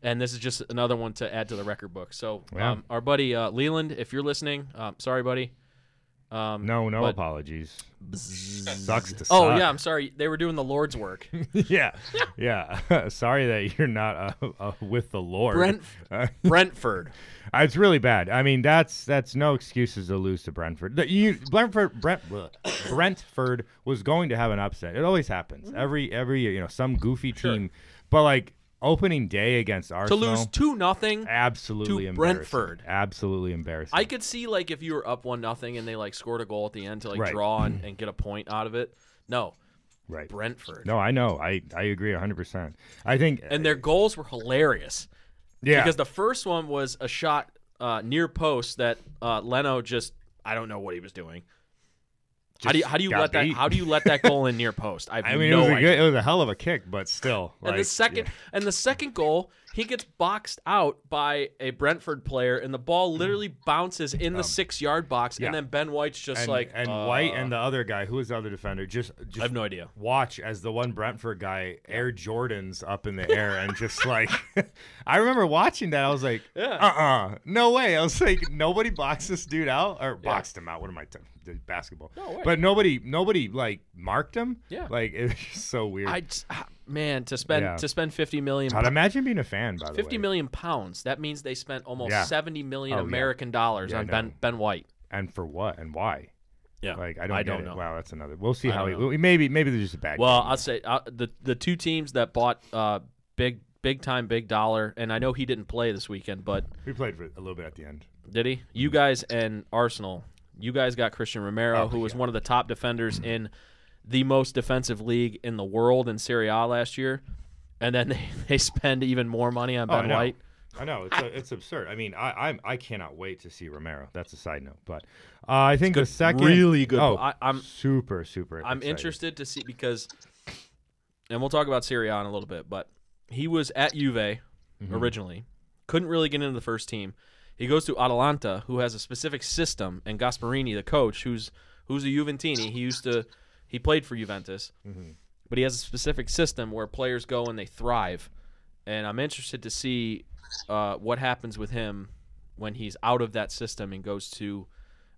and this is just another one to add to the record book. So,
Yeah.
um, our buddy uh, Leland, if you're listening, um, sorry, buddy. Um,
No, no
but-
apologies. Sucks to
Oh
suck.
yeah, I'm sorry. They were doing the Lord's work.
yeah, yeah. Sorry that you're not uh, uh, with the Lord.
Brent-
Uh,
Brentford.
it's really bad. I mean, that's that's no excuses to lose to Brentford. The- you, Brentford, Brent, bleh. Brentford was going to have an upset. It always
Mm-hmm.
happens every every year. You know, some goofy team, but like opening day against
To
Arsenal,
lose two nothing.
absolutely
to
embarrassing.
Brentford.
Absolutely embarrassing.
I could see like if you were up one nothing and they like scored a goal at the end to like
Right.
draw and, and get a point out of it. No,
right.
Brentford.
No, I know. I I agree 100. percent I think
And their goals were hilarious
yeah.
because the first one was a shot uh, near post that uh, Leno just I don't know what he was doing. how do you,
Just
how do you
got
let that
beat.
how do you let that goal in near post? I have
I mean,
no
it was a
idea.
good, it was a hell of a kick, but still.
and
like,
the second
yeah.
and the second goal He gets boxed out by a Brentford player, and the ball literally bounces in the six yard box.
Mm-hmm. Um, yeah.
And then Ben White's just
and,
like,
and
uh,
White and the other guy, who was the other defender? Just,
I
just
have no idea.
watch as the one Brentford guy air Jordans up in the air and just like I remember watching that I was like
Yeah.
uh-uh no way I was like nobody boxed this dude out or boxed him out what am I t- the basketball
No way.
but nobody nobody like marked him
Yeah.
like it was just so weird
I just- ah, man to spend
Yeah.
to spend fifty million
I'd imagine being a fan by the
fifty
way
million pounds. That means they spent almost
Yeah.
seventy million
Oh, yeah.
American dollars
Yeah, I
on
know.
Ben Ben White.
and for what and why
Yeah,
like I don't
I
get
don't
it.
know.
wow that's another we'll see
I
how
don't
he
know.
we- maybe maybe they're just a bad
Well,
guy.
I'll say uh, the the two teams that bought uh, big big time big dollar, and I know he didn't play this weekend, but
we played for a little bit at the end
did he? You guys and Arsenal. You guys got Christian Romero,
Mm. Oh, Mm.
who was one of the top defenders in the most defensive league in the world in Serie A last year, and then they, they spend even more money on
Oh, I
Ben
know.
White.
I know it's, it's absurd. I mean, I I'm, I cannot wait to see Romero. That's a side note, but uh, I think the second
really good.
Oh,
I- I'm-
super super.
I'm
excited.
interested to see because, and we'll talk about Serie A in a little bit, but he was at Juve
Mm-hmm.
originally, couldn't really get into the first team. He goes to Atalanta, who has a specific system, and Gasparini, the coach, who's who's a Juventini. He used to he played for Juventus,
Mm-hmm.
but he has a specific system where players go and they thrive. And I'm interested to see uh, what happens with him when he's out of that system and goes to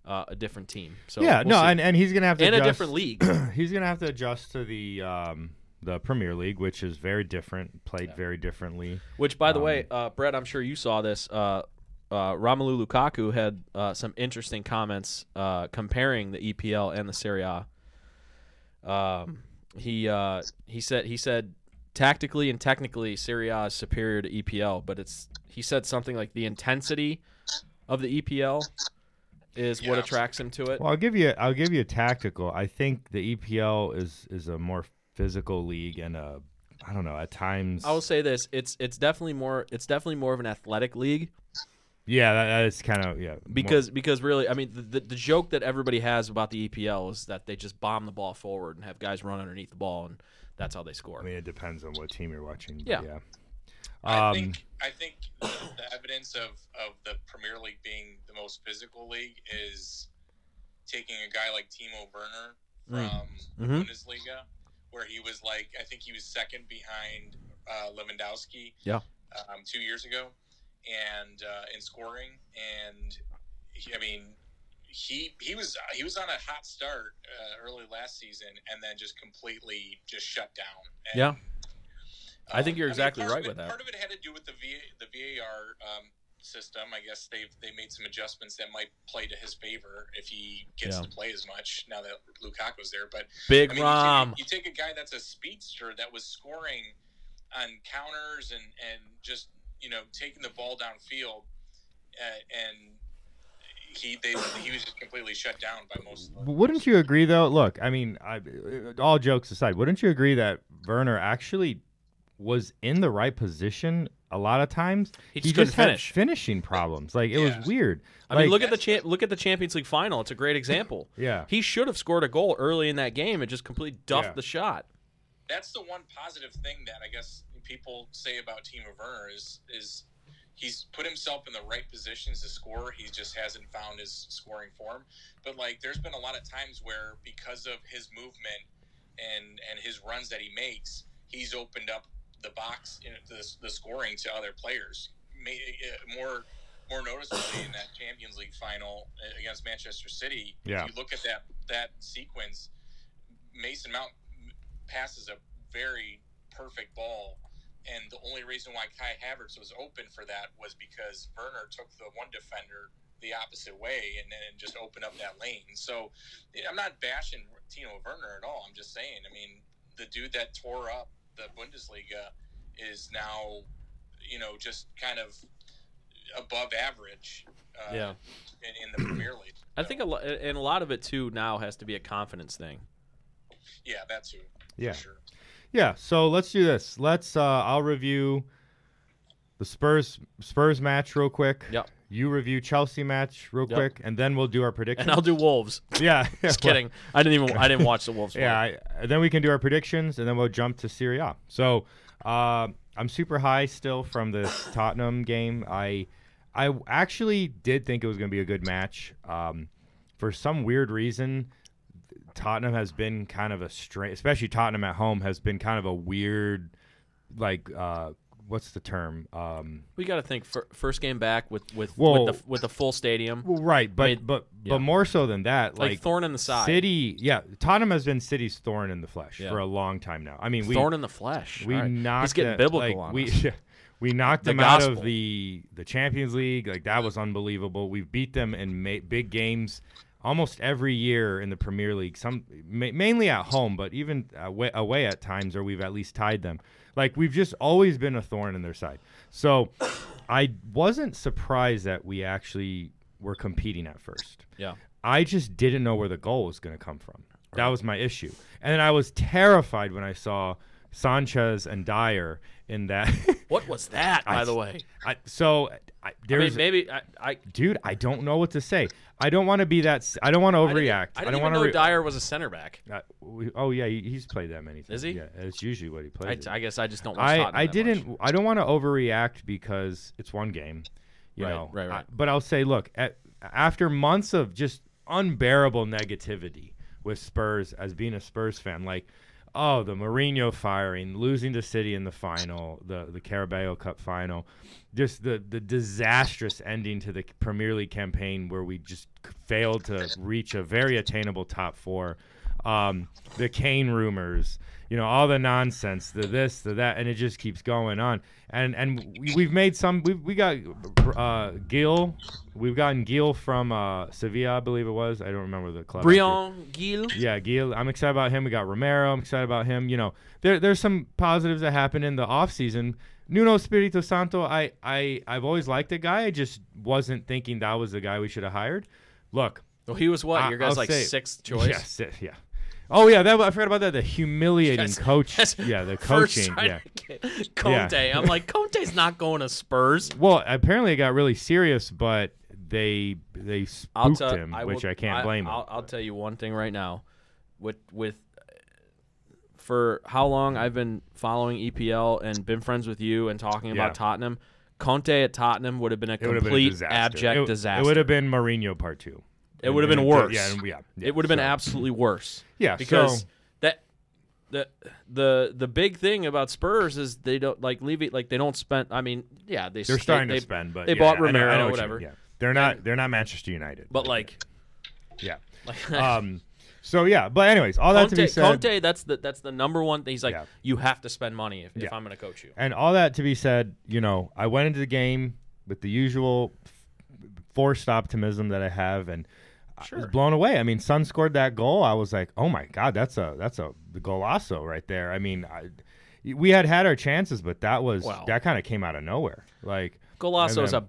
uh, a different team. So
Yeah,
we'll
no,
see.
and, and he's gonna have to
and a
adjust,
different league.
he's gonna have to adjust to the um the Premier League, which is very different, played very differently.
Which, by the way, uh, Brett, I'm sure you saw this. Uh, uh, Romelu Lukaku had uh, some interesting comments uh, comparing the EPL and the Serie A. Um, he uh, he said he said tactically and technically Serie A is superior to EPL, but it's he said something like the intensity of the EPL is what
Yeah.
attracts him to it.
Well, I'll give you I'll give you a tactical. I think the EPL is is a more physical league and a I don't know at times.
I will say this: it's it's definitely more it's definitely more of an athletic league.
yeah, that, that is kind of yeah more-
because because really i mean the, the, the joke that everybody has about the epl is that they just bomb the ball forward and have guys run underneath the ball and that's how they score
I mean it depends on what team you're watching. but
Yeah.
yeah.
I
Um,
think I think the, the evidence of, of the Premier League being the most physical league is taking a guy like Timo Werner from
Mm-hmm.
Mhm.
Bundesliga, where he was like I think he was second behind uh, Lewandowski.
Yeah.
Um, two years ago, and uh, in scoring, and he, I mean he he was he was on a hot start uh, early last season, and then just completely just shut down. And um,
yeah I think you're
mean,
exactly
part of
right
it-
with that.
Part of it had to do with the VA, the VAR um, system. I guess they've they made some adjustments that might play to his favor if he gets
Yeah.
to play as much now that Lukaku's there. But
big
I mean,
rom
you, take, you take a guy that's a speedster that was scoring on counters and and just you know taking the ball downfield, uh, and he they he was just completely shut down by most. Of the,
Wouldn't you agree, though? Look, I mean, I, uh, all jokes aside, wouldn't you agree that Werner actually was in the right position a lot of times?
He just couldn't
had
finish.
finishing problems. Like it
Yeah.
was weird.
i mean
Like,
look at the champ look at the champions league final it's a great example
Yeah.
he should have scored a goal early in that game and just completely duffed
Yeah.
the shot
that's the one positive thing that I guess people say about Timo Werner is is he's put himself in the right positions to score. He just hasn't found his scoring form. But like, there's been a lot of times where because of his movement and and his runs that he makes, he's opened up the box you know, the, the scoring to other players Ma- uh, more more noticeably in that Champions League final uh, against Manchester City.
Yeah.
If you look at that that sequence, Mason Mount passes a very perfect ball. And the only reason why Kai Havertz was open for that was because Werner took the one defender the opposite way and then just opened up that lane. So yeah, I'm not bashing Tino Werner at all. I'm just saying, I mean, the dude that tore up the Bundesliga is now, you know, just kind of above average uh,
Yeah.
in, in the Premier League.
i
So,
think a lot and a lot of it too now has to be a confidence thing
yeah, that too.
Yeah.
For sure.
Yeah. So let's do this. Let's. Uh, I'll review the Spurs Spurs match real quick.
Yep.
You review Chelsea match real
Yep.
quick, and then we'll do our predictions.
and i'll do wolves
Yeah.
just kidding i didn't even i didn't watch the wolves
Yeah,
play.
I, then we can do our predictions, and then we'll jump to Syria. So, uh, I'm super high still from this Tottenham game. I I actually did think it was going to be a good match. Um, for some weird reason, Tottenham has been kind of a strange, especially Tottenham at home has been kind of a weird, like uh, what's the term? Um,
We got to think fir- first game back with with
Well-
with the, with the full stadium,
well, right, but
I mean,
but
yeah.
but more so than that,
like,
like,
thorn in the side,
City, yeah, Tottenham has been City's thorn in the flesh
Yeah.
for a long time now. I mean, we
thorn in the flesh.
we
All right.
knocked
He's getting
it-
biblical
like,
on
we,
us.
We knocked
The
them out
gospel.
of the the Champions League. Like that was unbelievable. We've beat them in ma- big games almost every year in the Premier League. Some ma- mainly at home, but even away, away at times, or we've at least tied them. Like we've just always been a thorn in their side. So I wasn't surprised that we actually were competing at first.
Yeah,
I just didn't know where the goal was going to come from. That was my issue. And I was terrified when I saw Sanchez and Dyer in that.
what was that? By
I-
the way,
I, so I,
I
there's,
mean, maybe I. I
dude, I don't know what to say. I don't want to be that. s- I don't want to
I didn't-
overreact.
I, didn't
don't
even
want to.
know Dyer was a center back.
uh, we- oh yeah, he, he's played that many times.
he?
Yeah, that's usually what he
I,
plays.
I guess I just don't. Watch
I,
Tottenham
I
that
didn't.
much.
I don't want to overreact because it's one game, you
Right,
know.
right, right.
I- but I'll say, look, at, after months of just unbearable negativity with Spurs as being a Spurs fan, like, oh, the Mourinho firing, losing to City in the final, the the Carabao Cup final, just the the disastrous ending to the Premier League campaign where we just failed to reach a very attainable top four. Um, the Kane rumors, you know, all the nonsense, the this, the that, and it just keeps going on. And and we, we've made some. We've we got uh, Gil. We've gotten Gil from uh, Sevilla, I believe it was. I don't remember the club.
Brian Gil.
Yeah, Gil. I'm excited about him. We got Romero. I'm excited about him. You know, there there's some positives that happened in the offseason. Nuno Espirito Santo, I, I I've always liked the guy. I just wasn't thinking that was the guy we should have hired. Look,
Well, he was what?
I-
Your guys
I'll
like
say-
sixth choice.
Yeah, si- yeah. Oh yeah, that I forgot about that. The humiliating
Yes,
coach.
yes.
Yeah, the
First
coaching.
try
Yeah.
to get Conte. I'm like Conte's not going to Spurs.
Well, apparently it got really serious, but they they spooked
tell-
him,
I
which
will-
I can't blame
I'll,
him.
I'll tell you one thing right now, with with for how long I've been following EPL and been friends with you and talking
Yeah.
about Tottenham, Conte at Tottenham would have been a
it would have been a
complete
disaster.
abject
it,
disaster.
It would have been Mourinho part two.
It would have been
And-
worse.
Yeah, and- yeah, yeah,
it would have been
so-
absolutely worse.
Yeah,
because
so-
that the the the big thing about Spurs is they don't like leave it like they don't spend. I mean, yeah, they
They're starting
they,
to spend, but
they
yeah,
bought
I know- I know
Romero,
what you mean,
whatever.
yeah. They're not. They're not Manchester United.
But like,
yeah.
like
Um. So yeah. But anyways, all that to
Conte,
be said.
Conte, that's the that's the number one thing. He's like,
Yeah.
you have to spend money if,
Yeah.
if I'm going to coach you.
And all that to be said, you know, I went into the game with the usual f- forced optimism that I have, and I was blown away. I mean, Sun scored that goal. I was like, oh my god, that's a that's a golazo right there. I mean, I, we had had our chances, but that was
Wow.
that kind of came out of nowhere. Like,
Golasso is
And
a
then-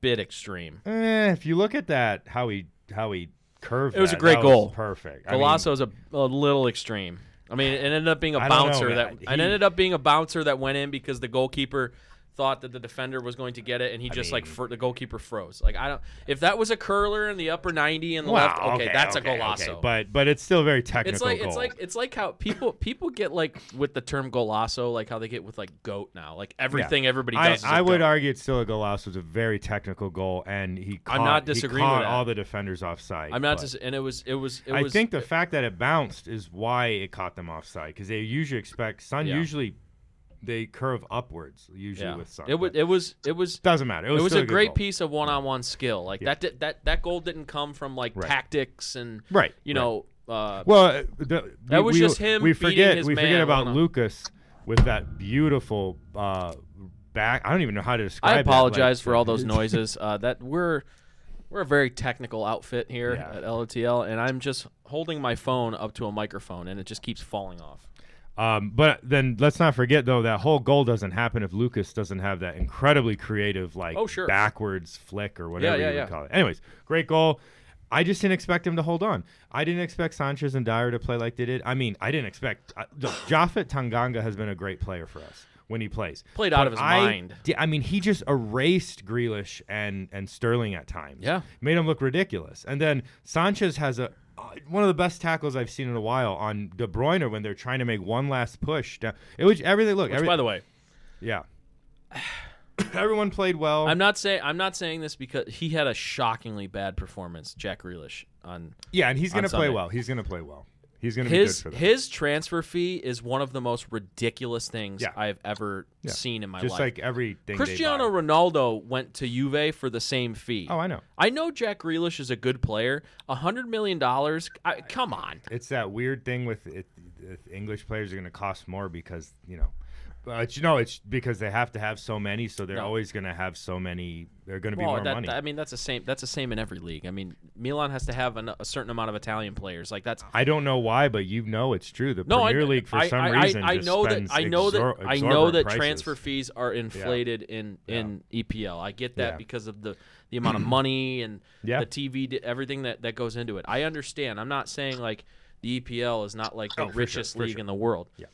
bit extreme.
eh, if you look at that, how he how he curved,
It was a
that,
great
that
goal.
perfect. I mean,
Golasso is a, a little extreme. I mean, it ended up being a
I don't know,
bouncer that
man.
it
He-
ended up being a bouncer that went in because the goalkeeper thought that the defender was going to get it, and he just like
mean-
fr- the goalkeeper froze. Like I don't. If that was a curler in the upper ninety and the
wow,
left, okay, that's
okay,
a
okay,
Golasso.
but but it's still very technical.
it's like
goal.
it's like it's like how people people get like with the term golasso like how they get with like goat now like everything everybody does
I,
is a
I would
goat.
argue it's still a golazo. It's a very technical goal, and he caught,
I'm not disagreeing
he
with
caught
that.
all the defenders offside.
I'm not
but
just, and it was, it was, it
I
was.
think the fact that it bounced is why it caught them offside because they usually expect Sun
Yeah.
usually they curve upwards usually
yeah.
with Sun.
it was,
but
it was, it was,
doesn't matter. It
it
was,
was
still
a
good
great
goal.
piece of one-on-one skill. Like
Yeah.
that, did, that, that goal didn't come from like
Right.
tactics and,
Right,
You
right.
know, uh,
Well, uh, the,
That
we-
was
we-
just him
We
beating
forget
his
we
man
forget about
one-on-
Lucas with that beautiful uh, back. I don't even know how to describe.
I
that, like-
apologize for all those noises. Uh, that we're we're a very technical outfit here
Yeah.
at LOTL, and I'm just holding my phone up to a microphone, and it just keeps falling off.
Um, but then let's not forget though that whole goal doesn't happen if Lucas doesn't have that incredibly creative like
Oh, sure.
backwards flick or whatever
yeah,
you
yeah.
would call it. Anyways, great goal. I just didn't expect him to hold on. I didn't expect Sanchez and Dyer to play like they did. I mean, I didn't expect. I, look, Jafet Tanganga has been a great player for us when he plays.
Played out of his
I
mind.
di- I mean, he just erased Grealish and and Sterling at times.
Yeah.
made him look ridiculous. And then Sanchez has a uh, one of the best tackles I've seen in a while on De Bruyne when they're trying to make one last push. Down. It was everything. Look,
Which,
every-
by the way,
Yeah. Everyone played well.
I'm not saying I'm not saying this because he had a shockingly bad performance, Jack Grealish. On
yeah, and he's
on
gonna play
Sunday.
well. He's gonna play well. He's gonna
his
be good for them.
his transfer fee is one of the most ridiculous things
Yeah.
I've ever
Yeah.
seen in my
Just
life.
like everything.
Cristiano
They
Ronaldo went to Juve for the same fee.
buy. Oh, I know.
I know Jack Grealish is a good player. A hundred million dollars. I- Come on.
It's that weird thing with it, if English players are gonna cost more because you know. But you know, it's because they have to have so many, so they're
No.
always going to have so many. They're going to be
Well,
more
that,
money.
I mean, that's the same. That's the same in every league. I mean, Milan has to have an, a certain amount of Italian players. Like that's
I don't know why, but you know it's true. The
no I-
Premier League, for
I,
some
I, I-
reason,
I,
just
know that
spends
I know that
exor-
I know that
exorbitant prices.
transfer fees are inflated in
Yeah.
in EPL. I get that
Yeah.
because of the the amount of money and
Yeah.
the TV di- everything that that goes into it. I understand. I'm not saying like the EPL is not like the
Oh, for sure,
richest
for
league
sure.
in the world.
Yeah.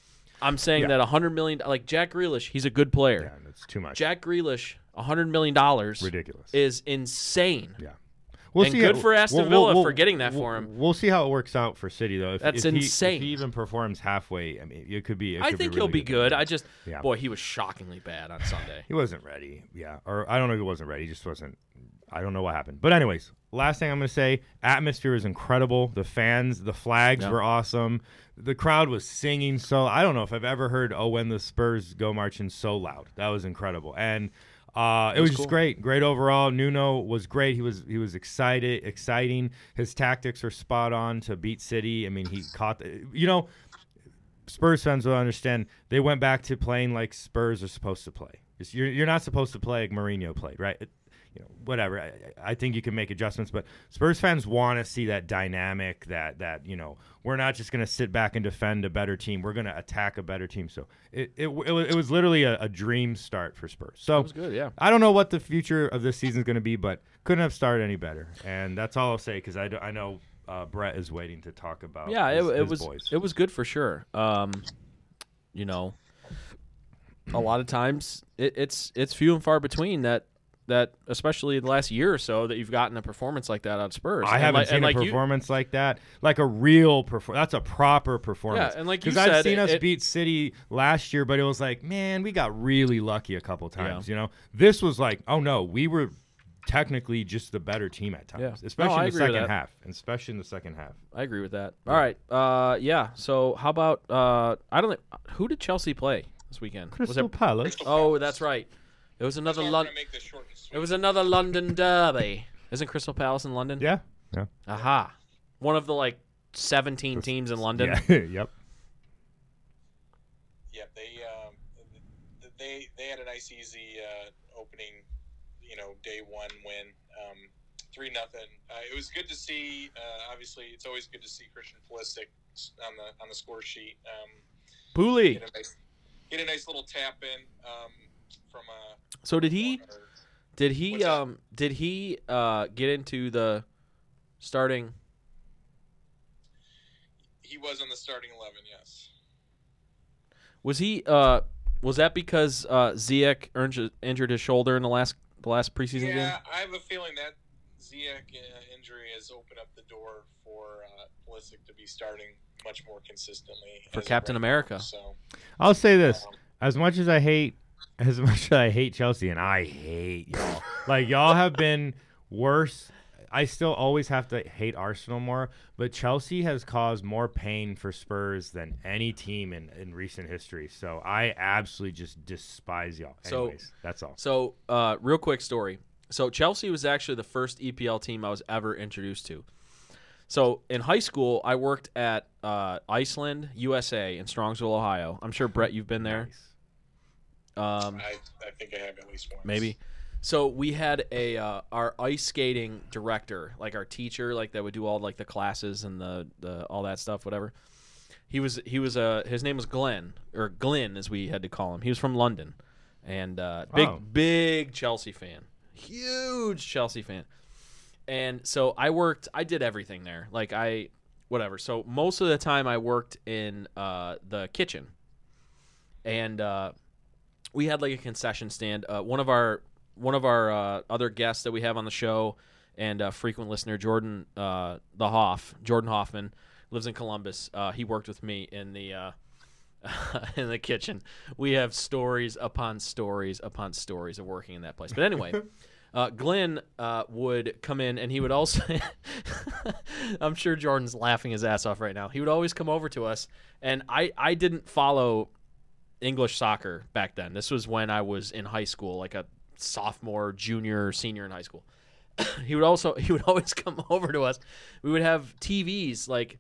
I'm saying
Yeah.
that a hundred million like Jack Grealish, he's a good player.
Yeah, and it's too much.
Jack Grealish, a hundred million dollars
Ridiculous.
is insane.
Yeah. We'll
And
see
good
how-
for Aston
we'll- we'll-
Villa
we'll-
for getting that for
we'll-
him.
We'll see how it works out for City though. If,
That's
if he-
insane.
If he even performs halfway, I mean, it could be. It
I
could
think
be
he'll
really
be good. I just
Yeah.
boy, he was shockingly bad on Sunday.
He wasn't ready. Yeah, or I don't know. if He wasn't ready. He just wasn't. I don't know what happened. But anyways, last thing I'm gonna say: atmosphere was incredible. The fans, the flags
Yeah.
were awesome. The crowd was singing so. I don't know if I've ever heard "Oh When the Spurs Go Marching" so loud. That was incredible. And uh, it, was,
cool.
just great. Great overall. Nuno was great. He was he was excited, exciting. His tactics were spot on to beat City. I mean, he caught. The, you know, Spurs fans will understand. They went back to playing like Spurs are supposed to play. It's- You're, you're not supposed to play like Mourinho played, right? It- you know, whatever. I, I I think you can make adjustments, but Spurs fans want to see that dynamic. That that you know, we're not just going to sit back and defend a better team. We're going to attack a better team. So it it, w- it, was, it was literally a, a dream start for Spurs. So
was good, yeah.
I don't know what the future of this season is going to be, but couldn't have started any better. And that's all I'll say because I, d- I know uh, Brett is waiting to talk about.
yeah, it,
his-
it
his
was
boys.
it was good for sure. Um, you know, a lot of times it, it's it's few and far between that that especially the last year or so that you've gotten a performance like that out of Spurs.
I
And
haven't
like-
seen
and
a
like you-
performance like that, like a real performance. That's a proper performance.
Yeah, and like you
I've
said,
seen us
it-
beat City last year, but it was like, man, we got really lucky a couple times.
Yeah.
You know, this was like, oh no, we were technically just the better team at times,
Yeah.
especially
No, I
in the
agree with
second
that.
half, especially in the second half.
I agree with that. All right, uh, yeah. So how about uh, I don't know who did Chelsea play this weekend?
Crystal
was it?
Palace.
Oh, that's right. It was
That's
another
why we're
Lon-
gonna make this short and sweet.
It was another London derby. Isn't Crystal Palace in London?
Yeah. Yeah.
Aha. One of the like 17 teams in London.
Yeah. yep.
Yeah, they um, th- they they had a nice easy uh, opening, you know, day one win, um, three nothing. Uh, it was good to see. Uh, obviously, it's always good to see Christian Pulisic s- on the on the score sheet. Um,
Pooley.
get a nice get a nice little tap in um, from uh, a
So Oh, did he did he
What's that?
um did he uh get into the starting
he was on the starting eleven. Yes.
was he uh was that because uh Ziyech injured, injured his shoulder in the last the last preseason game?
Yeah, I have a feeling that Ziyech uh, injury has opened up the door for uh, Pulisic to be starting much more consistently
For
as of
Captain
right now.
America.
So
I'll say this:
um,
as much as I hate, as much as I hate Chelsea, and I hate y'all. like y'all have been worse. I still always have to hate Arsenal more, but Chelsea has caused more pain for Spurs than any team in, in recent history. So I absolutely just despise y'all.
So-
Anyways, that's all.
So uh real quick story. So Chelsea was actually the first EPL team I was ever introduced to. So in high school, I worked at uh, Iceland, USA, in Strongsville, Ohio. I'm sure Brett, you've been there.
Nice.
Um,
I, I think I have at least one.
maybe. So we had a uh, our ice skating director, like our teacher, like that would do all like the classes and the, the all that stuff, whatever. He was he was uh his name was Glenn or Glenn as we had to call him. He was from London, and uh, big
Oh.
big Chelsea fan, huge Chelsea fan. And so I worked, I did everything there, like I whatever. So most of the time I worked in uh, the kitchen, and uh, we had like a concession stand. Uh, one of our one of our uh, other guests that we have on the show and uh, frequent listener Jordan uh, the Hoff, Jordan Hoffman, lives in Columbus. Uh, he worked with me in the uh, in the kitchen. We have stories upon stories upon stories of working in that place. But anyway, uh, Glenn uh, would come in and he would also, I'm sure Jordan's laughing his ass off right now. He would always come over to us, and I, I didn't follow English soccer back then. This was when I was in high school, like a sophomore, junior, senior in high school. he would also he would always come over to us. We would have TVs like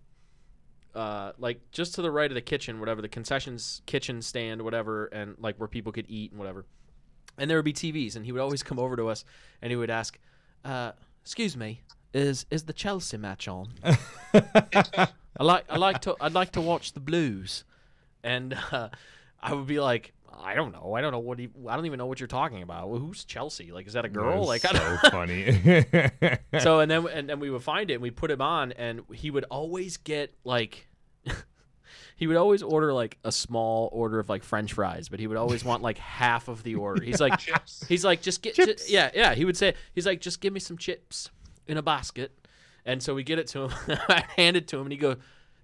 uh like just to the right of the kitchen, whatever, the concessions kitchen stand, whatever, and like where people could eat and whatever. And there would be TVs and he would always come over to us and he would ask, uh, excuse me, is is the Chelsea match on? I like I like to I'd like to watch the blues and uh, I would be like, I don't know, I don't know what he, I don't even know what you're talking about. Well, who's Chelsea? Like, is that a girl?
That's
like, I don't.
so funny.
so and then and, and we would find it and we put him on and he would always get like. He would always order like a small order of like French fries, but he would always want like half of the order. He's like,
Chips.
he's like, just get, ju- yeah, yeah. He would say, he's like, just give me some chips in a basket, and so we get it to him. I hand it to him, and he go,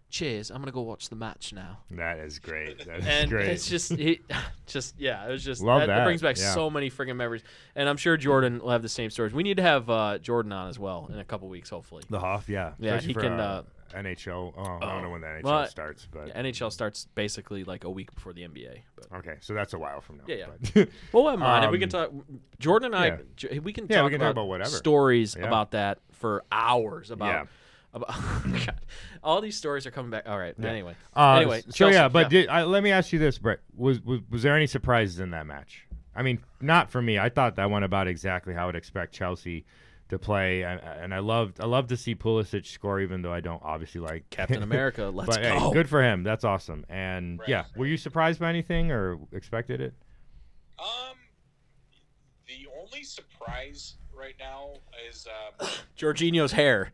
cheers. I'm gonna go watch the match now
that is great. That is
and
great.
it's just he, just yeah, it was just
Love
that, that
that,
brings back
yeah.
so many freaking memories. And I'm sure Jordan will have the same stories. We need to have uh, Jordan on as well in a couple weeks, hopefully.
the Hoff, yeah.
Yeah,
Especially
he
for, uh,
can, uh,
NHL. Oh, I don't know when the NHL
well,
starts, but
Yeah, NHL starts basically like a week before the NBA. But
okay, so that's a while from now.
Yeah, yeah.
But
well, I'm on it. We can
Um,
talk. Jordan and I,
yeah.
J- we can
Yeah,
talk
we can
about,
talk about whatever.
stories
Yeah.
about that for hours. About
Yeah.
about oh God. all these stories are coming back. All right. Anyway.
Uh,
anyway.
so yeah,
Chelsea,
but Did, I, let me ask you this, Brett: was, was was there any surprises in that match? I mean, not for me. I thought that went about exactly how I'd expect Chelsea to play, and, and I loved I love to see Pulisic score, even though I don't obviously like
Captain America. Let's
but hey,
go.
good for him. That's awesome. And
Right,
yeah, were you surprised by anything or expected it?
Um, the only surprise right now is um,
Jorginho's hair.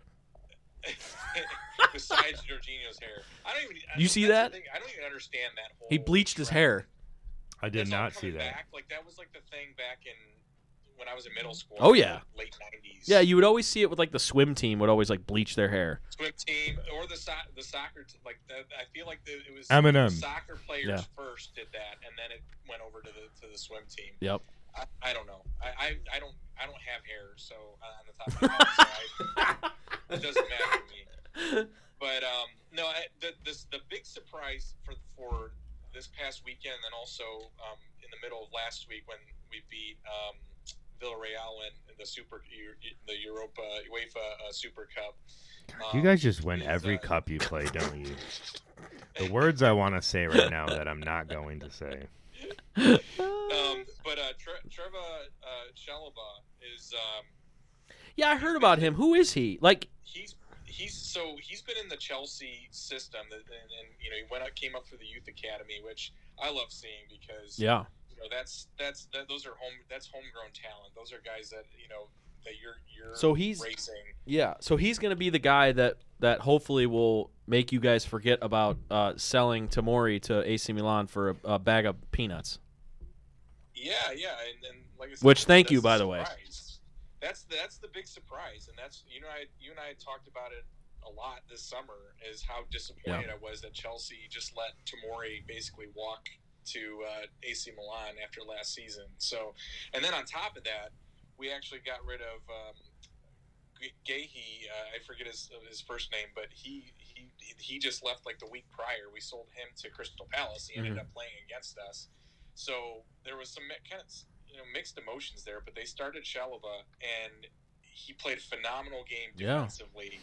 besides Jorginho's hair. I don't even. I
You
don't-
see that?
that's the thing, I don't even understand that whole.
He bleached his
trend.
hair.
I did
That's all
not see
coming
that.
Back. Like that was like the thing back in when I was in middle school.
Oh, yeah.
late nineties.
Yeah, you would always see it with like the swim team would always like bleach their hair.
swim team or the so- the soccer team. Like the, I feel like the, it was
Eminem.
soccer players
Yeah.
first did that, and then it went over to the to the swim team.
Yep.
I, I don't know. I, I, I don't I don't have hair, so uh, on the top of my head, so I, it doesn't matter to me. But um, no, I, the this, the big surprise for for this past weekend, and also um, in the middle of last week when we beat um, Villarreal in the Super the Europa UEFA uh, Super Cup.
You
um,
guys just win
is,
every
uh,
cup you play, don't you? The words I want to say right now that I'm not going to say.
Um, but uh, Tre- Trevor uh, Chalaba is um,
Yeah, I heard about him. Who is he? Like,
he's he's so he's been in the Chelsea system, that- and, and you know he went up, came up through the youth academy, which I love seeing because
yeah,
you know that's that's that, those are home that's homegrown talent. Those are guys that you know that you're you're
So he's-
racing.
yeah. So he's gonna be the guy that that hopefully will make you guys forget about uh, selling Tamori to AC Milan for a, a bag of peanuts.
Yeah, yeah, and, and like I said,
Which, thank
that's
you, by the way.
surprise. That's that's the big surprise, and that's you know I you and I had talked about it a lot this summer is how disappointed I was that Chelsea just let Tamori basically walk to uh, AC Milan after last season. So, and then on top of that, we actually got rid of um, G- Gahey. Uh, I forget his his first name, but he he he just left like the week prior. We sold him to Crystal Palace. He ended
Mhm.
up playing against us. So there was some kind of you know mixed emotions there, but they started Shalaba and he played a phenomenal game
Yeah.
defensively.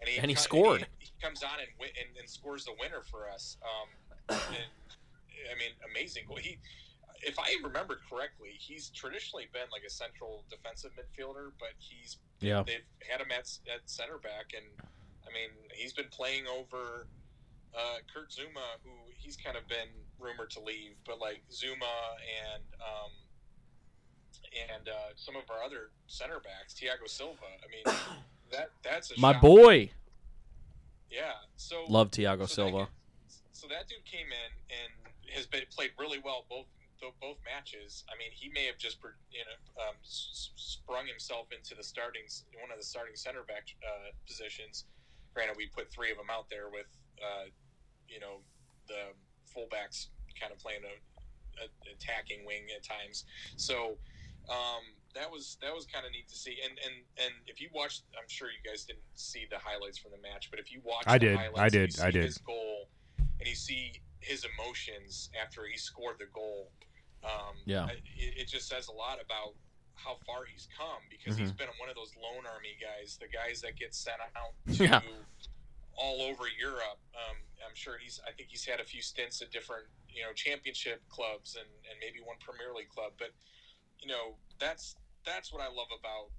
And he,
And he
co-
scored.
he, he comes on and, win, and and scores the winner for us. Um, and, I mean, amazing goal. He, if I remember correctly, he's traditionally been like a central defensive midfielder, but he's
Yeah.
they've had him at, at center back, and I mean, he's been playing over uh, Kurt Zuma, who he's kind of been rumored to leave, but like Zuma and um, and uh, some of our other center backs, Thiago Silva. I mean, that that's a
My
shock.
boy,
Yeah, so
love Thiago
so that
Silva.
guy- so that dude came in and has been played really well both tho- both matches. I mean, he may have just you know um, s- s- sprung himself into the starting s- one of the starting center back uh, positions. Granted, we put three of them out there with uh, you know the fullbacks kind of playing a, a attacking wing at times. So um, that was that was kind of neat to see. And and and if you watched, I'm sure you guys didn't see the highlights from the match, but if you watch,
I
the
did. I
highlights and
did. I
you see
did.
His goal, and you see his emotions after he scored the goal. Um,
Yeah.
I- it, it just says a lot about how far he's come because he's been one of those lone army guys, the guys that get sent out to
Yeah.
all over Europe. Um, I'm sure he's. I think he's had a few stints at different, you know, championship clubs and and maybe one Premier League club. But you know, that's that's what I love about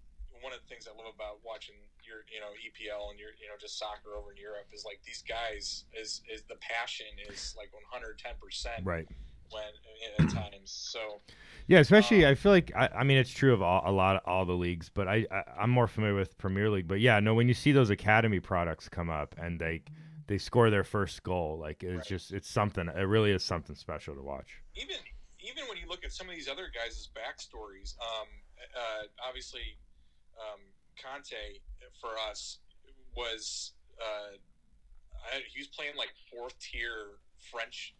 one of the things I love about watching your you know EPL and your you know just soccer over in Europe is like these guys is is the passion is like 110 percent
Right.
when at times. So
Yeah, especially
Um,
I feel like I, I mean it's true of all, a lot of all the leagues, but I, I I'm more familiar with Premier League. But yeah, no, when you see those academy products come up and they they score their first goal, like it's
Right.
just it's something. It really is something special to watch.
even even when you look at some of these other guys' backstories, um, uh, obviously um, Conte uh, for us was uh, I, he was playing like fourth tier French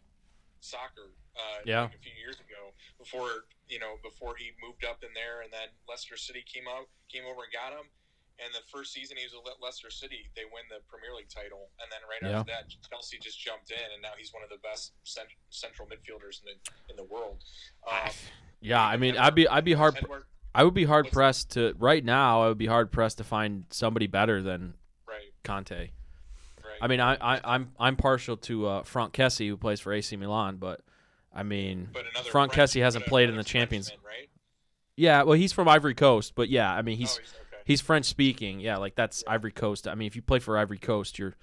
soccer uh,
Yeah.
like a few years ago before you know before he moved up in there and then Leicester City came out came over and got him. And the first season he was at Le- Leicester City, they win the Premier League title, and then right after that, Chelsea just jumped in, and now he's one of the best cent- central midfielders in the in the world. Um,
Yeah, I mean, I'd be I'd be hard
Edward-
I would be hard
What's-
pressed to right now. I would be hard pressed to find somebody better than
right,
Conte.
right.
I mean, I, I I'm I'm partial to uh, Franck Kessie who plays for AC Milan, but I mean,
but another
Franck
French-
Kessie hasn't
but
played in
another
the Champions.
Frenchman, right?
Yeah, well, he's from Ivory Coast, but yeah, I mean, he's
oh, he's okay.
he's French speaking. Yeah, like that's
Yeah.
Ivory Coast. I mean, if you play for Ivory Coast, you're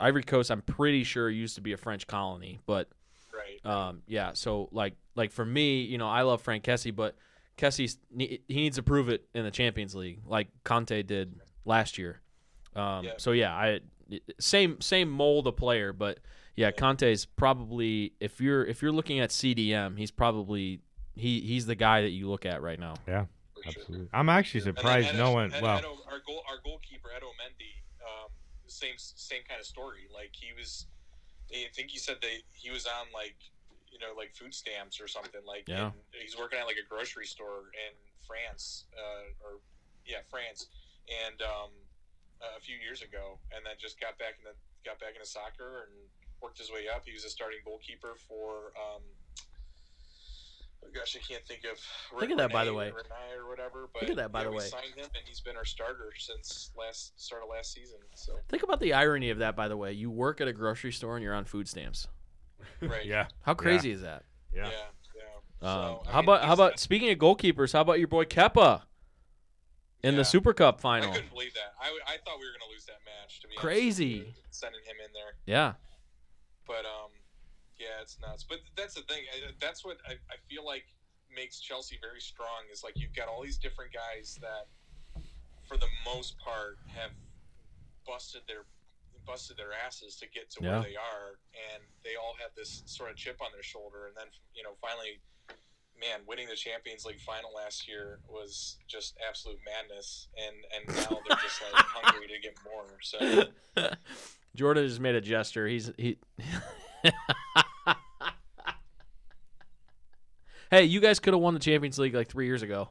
Ivory Coast. I'm pretty sure used to be a French colony, but
right.
um, yeah. So like like for me, you know, I love Frank Kessie, but Kessie's ne- he needs to prove it in the Champions League, like Conte did last year. Um,
Yeah.
So yeah, I same same mold of player, but yeah, Conte's probably if you're if you're looking at CDM, he's probably he he's the guy that you look at right now.
for sure.
Absolutely. I'm actually
And then
surprised
Edo-
no one.
Ed-
Well,
Edo- our goal, our goalkeeper Edo Mendy, um, same same kind of story. Like he was, I think he said that he was on like, you know, like food stamps or something. Like
Yeah.
and he's working at like a grocery store in France, uh, or yeah, France, and um, a few years ago, and then just got back in the got back into soccer and worked his way up. He was a starting goalkeeper for. Um, oh Gosh, I can't think of.
Think of that, by the
Rene-
way.
Renai or whatever. But
Look at that, by
yeah,
the
we
way.
signed him, and he's been our starter since last start of last season. So
Think about the irony of that, by the way. You work at a grocery store and you're on food stamps.
right,
yeah,
How crazy is that?
yeah,
yeah.
yeah. So,
Um,
I
how
mean,
about how
he's-
about speaking of goalkeepers? How about your boy Keppa in
yeah.
the Super Cup
I
final?
couldn't believe that. I, w- I thought we were gonna lose that match. To be honest with
Crazy.
you, sending him in there,
Yeah,
but um, yeah, it's nuts. But that's the thing. I, that's what I, I feel like makes Chelsea very strong. Is like you've got all these different guys that, for the most part, have busted their busted their asses to get to
Yeah.
where they are, and they all have this sort of chip on their shoulder. And then you know, finally, man, winning the Champions League final last year was just absolute madness. And and now they're just like hungry to get more. So
Jordan just made a gesture. He's he. hey, you guys could have won the Champions League like three years ago.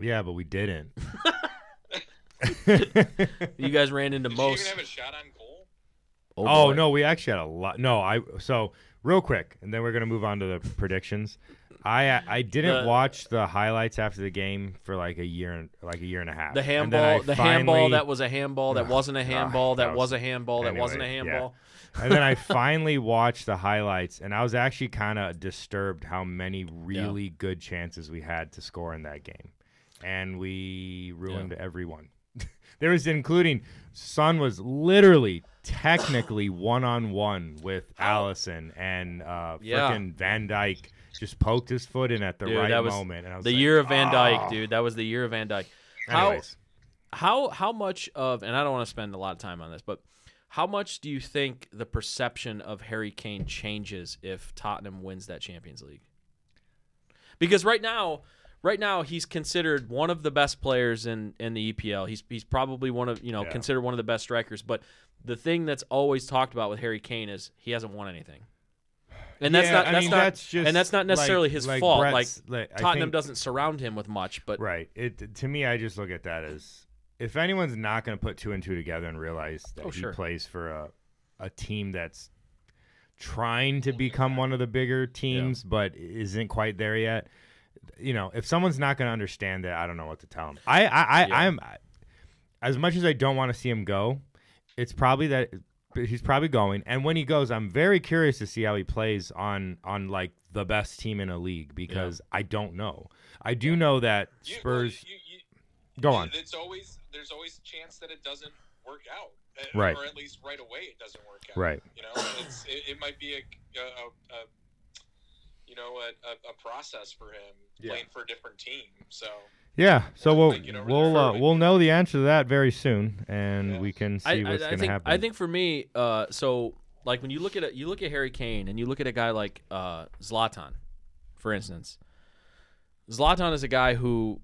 Yeah, but we didn't.
You guys ran into
did you even
most.
have a shot on goal?
oh
boy.
no, we actually had a lot. No, I so real quick, and then we're gonna move on to the predictions. I I didn't
The-
watch the highlights after the game for like a year and like a year and a half.
The
And then I
handball, the handball
finally-
that was a handball that
Ugh,
wasn't a
God,
handball that
that
was
was-
a handball that wasn't a
anyway, yeah.
handball.
and then I finally watched the highlights, and I was actually kind of disturbed how many really good chances we had to score in that game, and we ruined everyone. there was including Son was literally technically one on one with Allison, and uh,
Yeah.
frickin' Van Dyke just poked his foot in at the
Dude,
right
that was
moment, and I was
The
like,
year of Van Dyke,
"Ah."
dude. That was the year of Van Dyke. How-
Anyways,
how how much of and I don't want to spend a lot of time on this, but how much do you think the perception of Harry Kane changes if Tottenham wins that Champions League? Because right now, right now he's considered one of the best players in in the EPL. He's he's probably one of, you know,
Yeah.
considered one of the best strikers, but the thing that's always talked about with Harry Kane is he hasn't won anything. And that's
Yeah,
not
I
that's
mean,
not
that's just
and that's not necessarily
like-
his
like
fault.
Brett's-
like
I
Tottenham
think-
doesn't surround him with much, but
Right. It to me, I just look at that as if anyone's not going to put two and two together and realize that
Oh,
he
sure.
plays for a a team that's trying to become one of the bigger teams, but isn't quite there yet. You know, if someone's not going to understand that, I don't know what to tell them. I, I, I
Yeah.
I'm as much as I don't want to see him go. It's probably that he's probably going, and when he goes, I'm very curious to see how he plays on on like the best team in a league because I don't know. I do know that
You-
Spurs.
you- you-
Go on.
It's always there's always a chance that it doesn't work out, uh,
Right.
Or at least right away it doesn't work out.
Right.
You know, it's it, it might be a, a, a, a you know a, a, a process for him
Yeah.
playing for a different team. So
Yeah. So we'll
Like, you know,
we'll uh,
Fergie.
we'll know the answer to that very soon, and
Yeah.
we can see
I, I,
what's
I
going to
think
happen.
I think for me, uh, so like when you look at it, you look at Harry Kane and you look at a guy like uh, Zlatan, for instance. Zlatan is a guy who,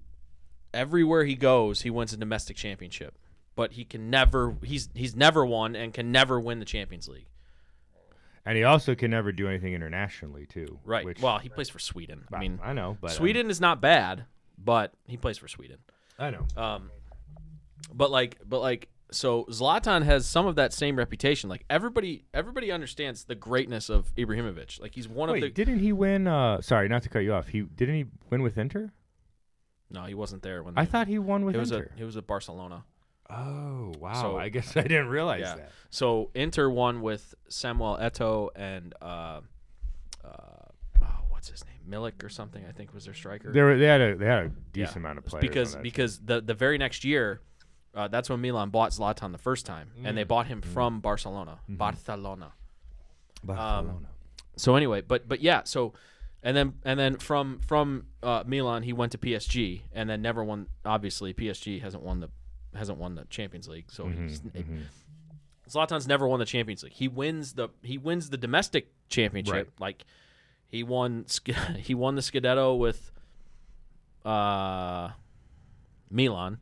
everywhere he goes, he wins a domestic championship, but he can never he's he's never won and can never win the Champions League.
and he also can never do anything internationally too.
Right.
Which,
well, he plays for Sweden. I mean,
I know, but um,
Sweden is not bad, but he plays for Sweden.
I know.
Um, but like, but like, so Zlatan has some of that same reputation. Like everybody, everybody understands the greatness of Ibrahimovic. Like he's one
Wait,
of the.
didn't he win? Uh, sorry, not to cut you off. He didn't he win with Inter?
no, he wasn't there when
I
they-
thought he won with
it was
Inter.
a it was a Barcelona.
oh wow!
So-
I guess I didn't realize
Yeah.
that.
So Inter won with Samuel Eto and uh, uh, oh, what's his name? Milik or something. I think was their striker.
They, were, they had a they had a
Yeah.
decent amount of
It's
players on
because
that
because the the very next year, uh, that's when Milan bought Zlatan the first time, and they
Mm.
bought him from Barcelona,
Mm-hmm.
Barcelona.
team.
um,
Barcelona.
So anyway, but but yeah, so and then and then from from uh, Milan he went to PSG and then never won. Obviously, PSG hasn't won the hasn't won the Champions League, so he's, Zlatan's never won the Champions League. He wins the he wins the domestic championship.
Right.
Like he won Sc- he won the Scudetto with uh, Milan.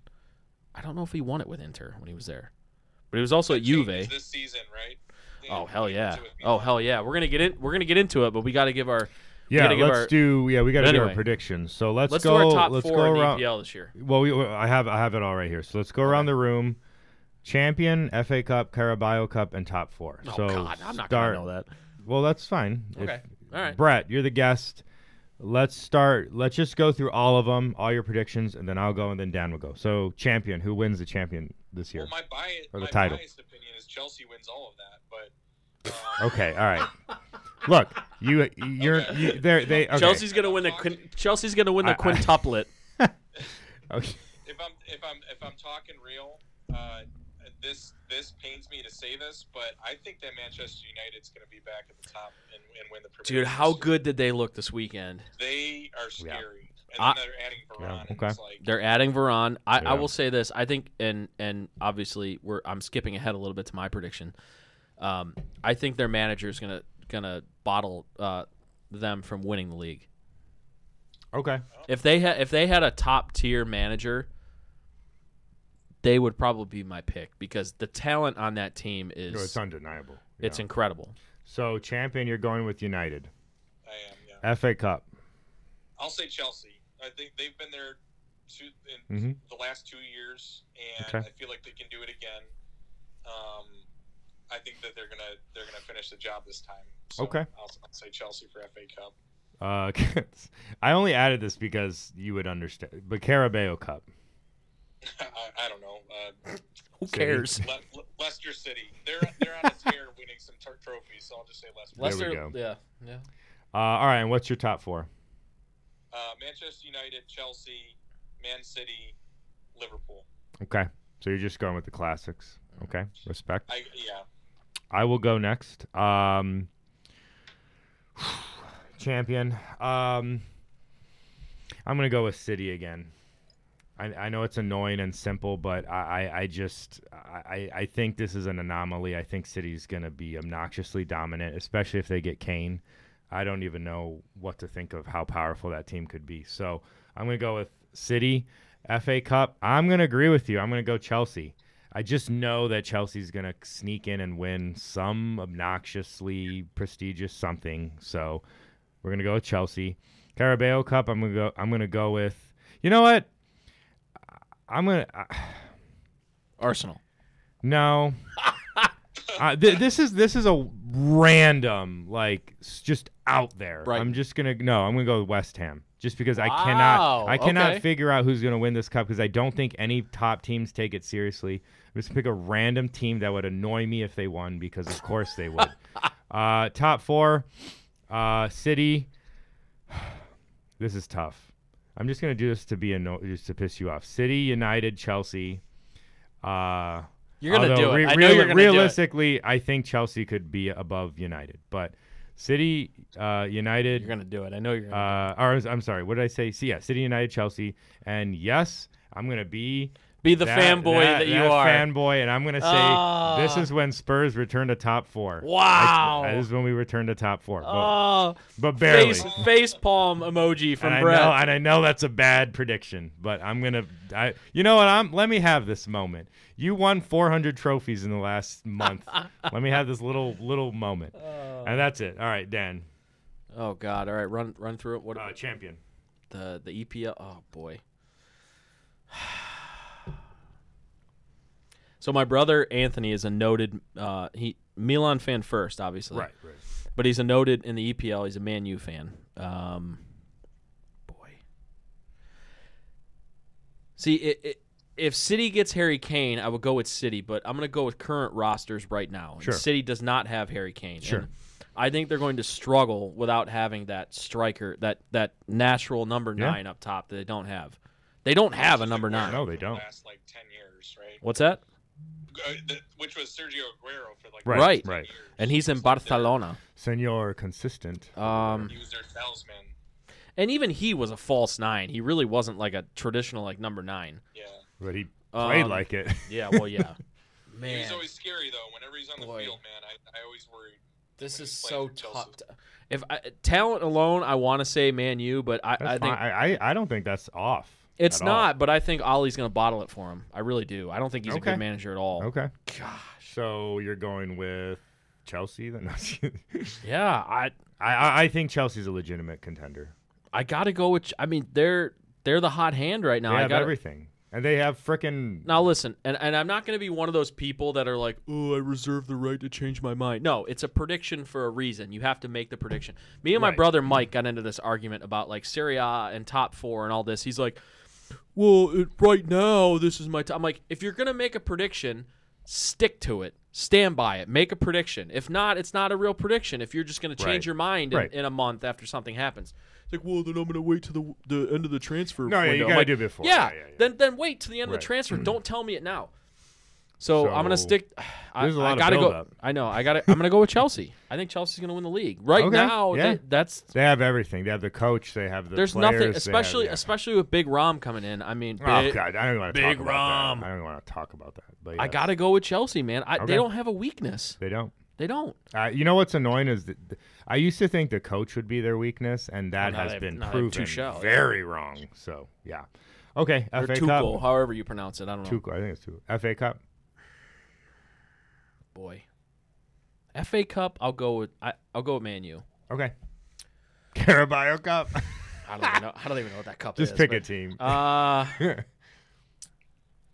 I don't know if he won it with Inter when he was there, but he was also at Juve.
Changes this season, right?
Oh hell yeah!
So it means-
Oh hell yeah! We're gonna get in. We're gonna get into it, but we got to give our we
yeah,
gotta give
let's
our-
do yeah we got to
But
do our
anyway.
predictions. So let's,
let's
go.
do our top
let's
four
go
in the
around.
EPL this year.
Well, we, I have I have it all right here. So let's go around the room. Champion, FA Cup, Carabao Cup, and top four.
Oh
so
God, I'm not
start,
gonna know that.
Well, that's fine. If-
Okay, all right.
Brett, you're the guest. Let's start. Let's just go through all of them, all your predictions, and then I'll go, and then Dan will go. So, champion, who wins the champion this year?
Well, my bias,
Or the
my
title.
biased opinion is Chelsea wins all of that, but
okay, all right. Look, you, you're, you, they're, they. Okay.
Chelsea's gonna win the quin- Chelsea's gonna win the
I- I-
quintuplet.
Okay.
if I'm if I'm if I'm talking real, uh, this this pains me to say this, but I think that Manchester United's going to be back at the top and, and win the Premier.
Dude,
League
how
this
good did they look this weekend?
year. they are
Yeah.
scary,
I-
and then they're adding
Yeah,
Varane. and
okay.
It's like,
They're adding Varane. I,
Yeah.
I will say this. I think, and and obviously, we're I'm skipping ahead a little bit to my prediction. Um, I think their manager is gonna gonna bottle uh, them from winning the league.
Okay.
If they had if they had a top tier manager, they would probably be my pick because the talent on that team is
No, it's
it's,
undeniable. Yeah.
incredible.
so, champion, you're going with United.
I am. Yeah,
FA Cup.
I'll say Chelsea. I think they've been there two, in
Mhm.
the last two years, and
Okay.
I feel like they can do it again. Um, I think that they're gonna they're gonna finish the job this time. So
Okay.
I'll, I'll say Chelsea for FA Cup.
Uh, I only added this because you would understand. But Carabao Cup.
I, I don't know. Uh,
Who
City.
cares?
Le- Le- Leicester City. They're they're on a tear, winning some tur trophies. So I'll just say Leicester.
There we go.
Yeah, yeah.
Uh, all right, and what's your top four?
Uh, Manchester United, Chelsea, Man City, Liverpool.
Okay. So you're just going with the classics. Okay. Respect.
I yeah.
I will go next. Um, champion. Um, I'm gonna go with City again. I, I know it's annoying and simple, but I, I, I just I, I I think this is an anomaly. I think City's gonna be obnoxiously dominant, especially if they get Kane. I don't even know what to think of how powerful that team could be. So I'm gonna go with City, FA Cup. I'm gonna agree with you. I'm gonna go Chelsea. I just know that Chelsea's gonna sneak in and win some obnoxiously prestigious something. So we're gonna go with Chelsea. Carabao Cup. I'm gonna go. I'm gonna go with. You know what? I'm gonna.
Arsenal.
No. uh, th- this is this is a random like s- just out there.
Right.
I'm just gonna no. I'm gonna go with West Ham just because I
Wow,
cannot I cannot
okay.
figure out who's gonna win this cup because I don't think any top teams take it seriously. I'm just pick a random team that would annoy me if they won because of course they would. uh, top four, uh, City. This is tough. I'm just gonna do this to be anno- just to piss you off. City, United, Chelsea. Uh,
You're gonna
Although
do it.
re-
I know
reali-
you're gonna
realistically, I think Chelsea could be above United, but City, uh,
do it.
United,
You're gonna do it. I know you're. Gonna
uh, or I'm sorry, what did I say? See, yeah, City, United, Chelsea, and yes, I'm gonna be
be the
that-
fanboy that, you are.
fanboy, and I'm gonna say
Ah.
this is when Spurs return to top four. I-
Wow.
this is when we return to top four, but,
oh,
but barely.
face face palm emoji from
and
Brett.
I know, and I know that's a bad prediction, but I'm gonna. I, you know what? I'm. Let me have this moment. You won 400 trophies in the last month. let me have this little little moment, and that's it. All right, Dan,
oh God! All right, run run through it. What
uh, champion.
the the EPL? Oh boy. So my brother Anthony is a noted uh, he Milan fan first, obviously.
right.
But he's a noted in the EPL. He's a Man U fan. Um, boy. See, it, it, if City gets Harry Kane, I would go with City, but I'm going to go with current rosters right now. And
Sure.
City does not have Harry Kane.
Sure.
And I think they're going to struggle without having that striker, that that natural number
Yeah.
nine up top that they don't have. They don't have a number nine.
No, they don't.
Last like ten years, right?
What's that?
Uh, th- which was Sergio Aguero for like
Right,
Right.
right.
years.
And he's in
He was their-
Barcelona.
Senor consistent.
Um,
He was their salesman.
and even he was a false nine. He really wasn't like a traditional like number nine.
Yeah,
But he played
Um,
like it.
Yeah, well, yeah.
he
Man,
was always scary though. Whenever he's on the
Boy.
field, man, I, I always worried.
this
when
is
he played
so
for Chelsea.
tough. If I, talent alone, I want to say Man U, but I,
That's
I
fine.
think
I, I I don't think that's off.
it's
at all.
not. But I think Ollie's going to bottle it for him. I really do. I don't think he's a
Okay.
good manager at all.
Okay.
Gosh,
So you're going with Chelsea then? No,
yeah. I
I I I think Chelsea's a legitimate contender.
I got to go with. Ch- I mean, they're they're the hot hand right now.
They
I
have
gotta-
everything, and they have frickin'
Now listen, and, and I'm not going to be one of those people that are like, "Oh, I reserve the right to change my mind." No, it's a prediction for a reason. You have to make the prediction. Me and my
Right.
brother Mike got into this argument about like Serie A and top 4 and all this. He's like, "Well, it, right now this is my time." I'm like, "If you're going to make a prediction, stick to it. Stand by it. Make a prediction. If not, it's not a real prediction. If you're just going to change
Right.
your mind in,
Right.
in a month after something happens." It's like, "Well, then I'm going to wait to the the end of the transfer
No, yeah, you
window." I'm
gotta
like,
do it before.
Yeah,
Yeah, yeah, yeah.
then then wait to the end of
Right.
the transfer. Don't tell me it now. So, I'm gonna
So,
stick. I,
there's a
I
lot of
gotta go.
buildup.
I know. I gotta. I'm gonna go with Chelsea. I think Chelsea's gonna win the league right
Okay,
now.
yeah.
that- that's
They have everything. They have the coach. They have the
there's
players, they
nothing,
have-
especially
yeah.
especially with Big Rom coming in. I mean,
Oh
big-
god, I don't want to
Big
talk about
Rom.
that. I don't want to talk about that. But
I
yeah,
gotta go with Chelsea, man. I,
Okay.
They don't have a weakness.
They don't.
They don't.
Uh, you know what's annoying is that th- I used to think the coach would be their weakness, and that
now
has
they-
been
now they have
proven
Tuchel.
very wrong. So yeah, okay.
Or
FA
Tuchel,
Cup.
however you pronounce it. I don't know.
Tuchel, I think it's Tuchel. FA Cup.
Boy, FA Cup. I'll go with. I, I'll go with Man U.
Okay. Carabao Cup.
I don't even know. I don't even know what that cup
Just
is.
pick
but-
a team.
Uh,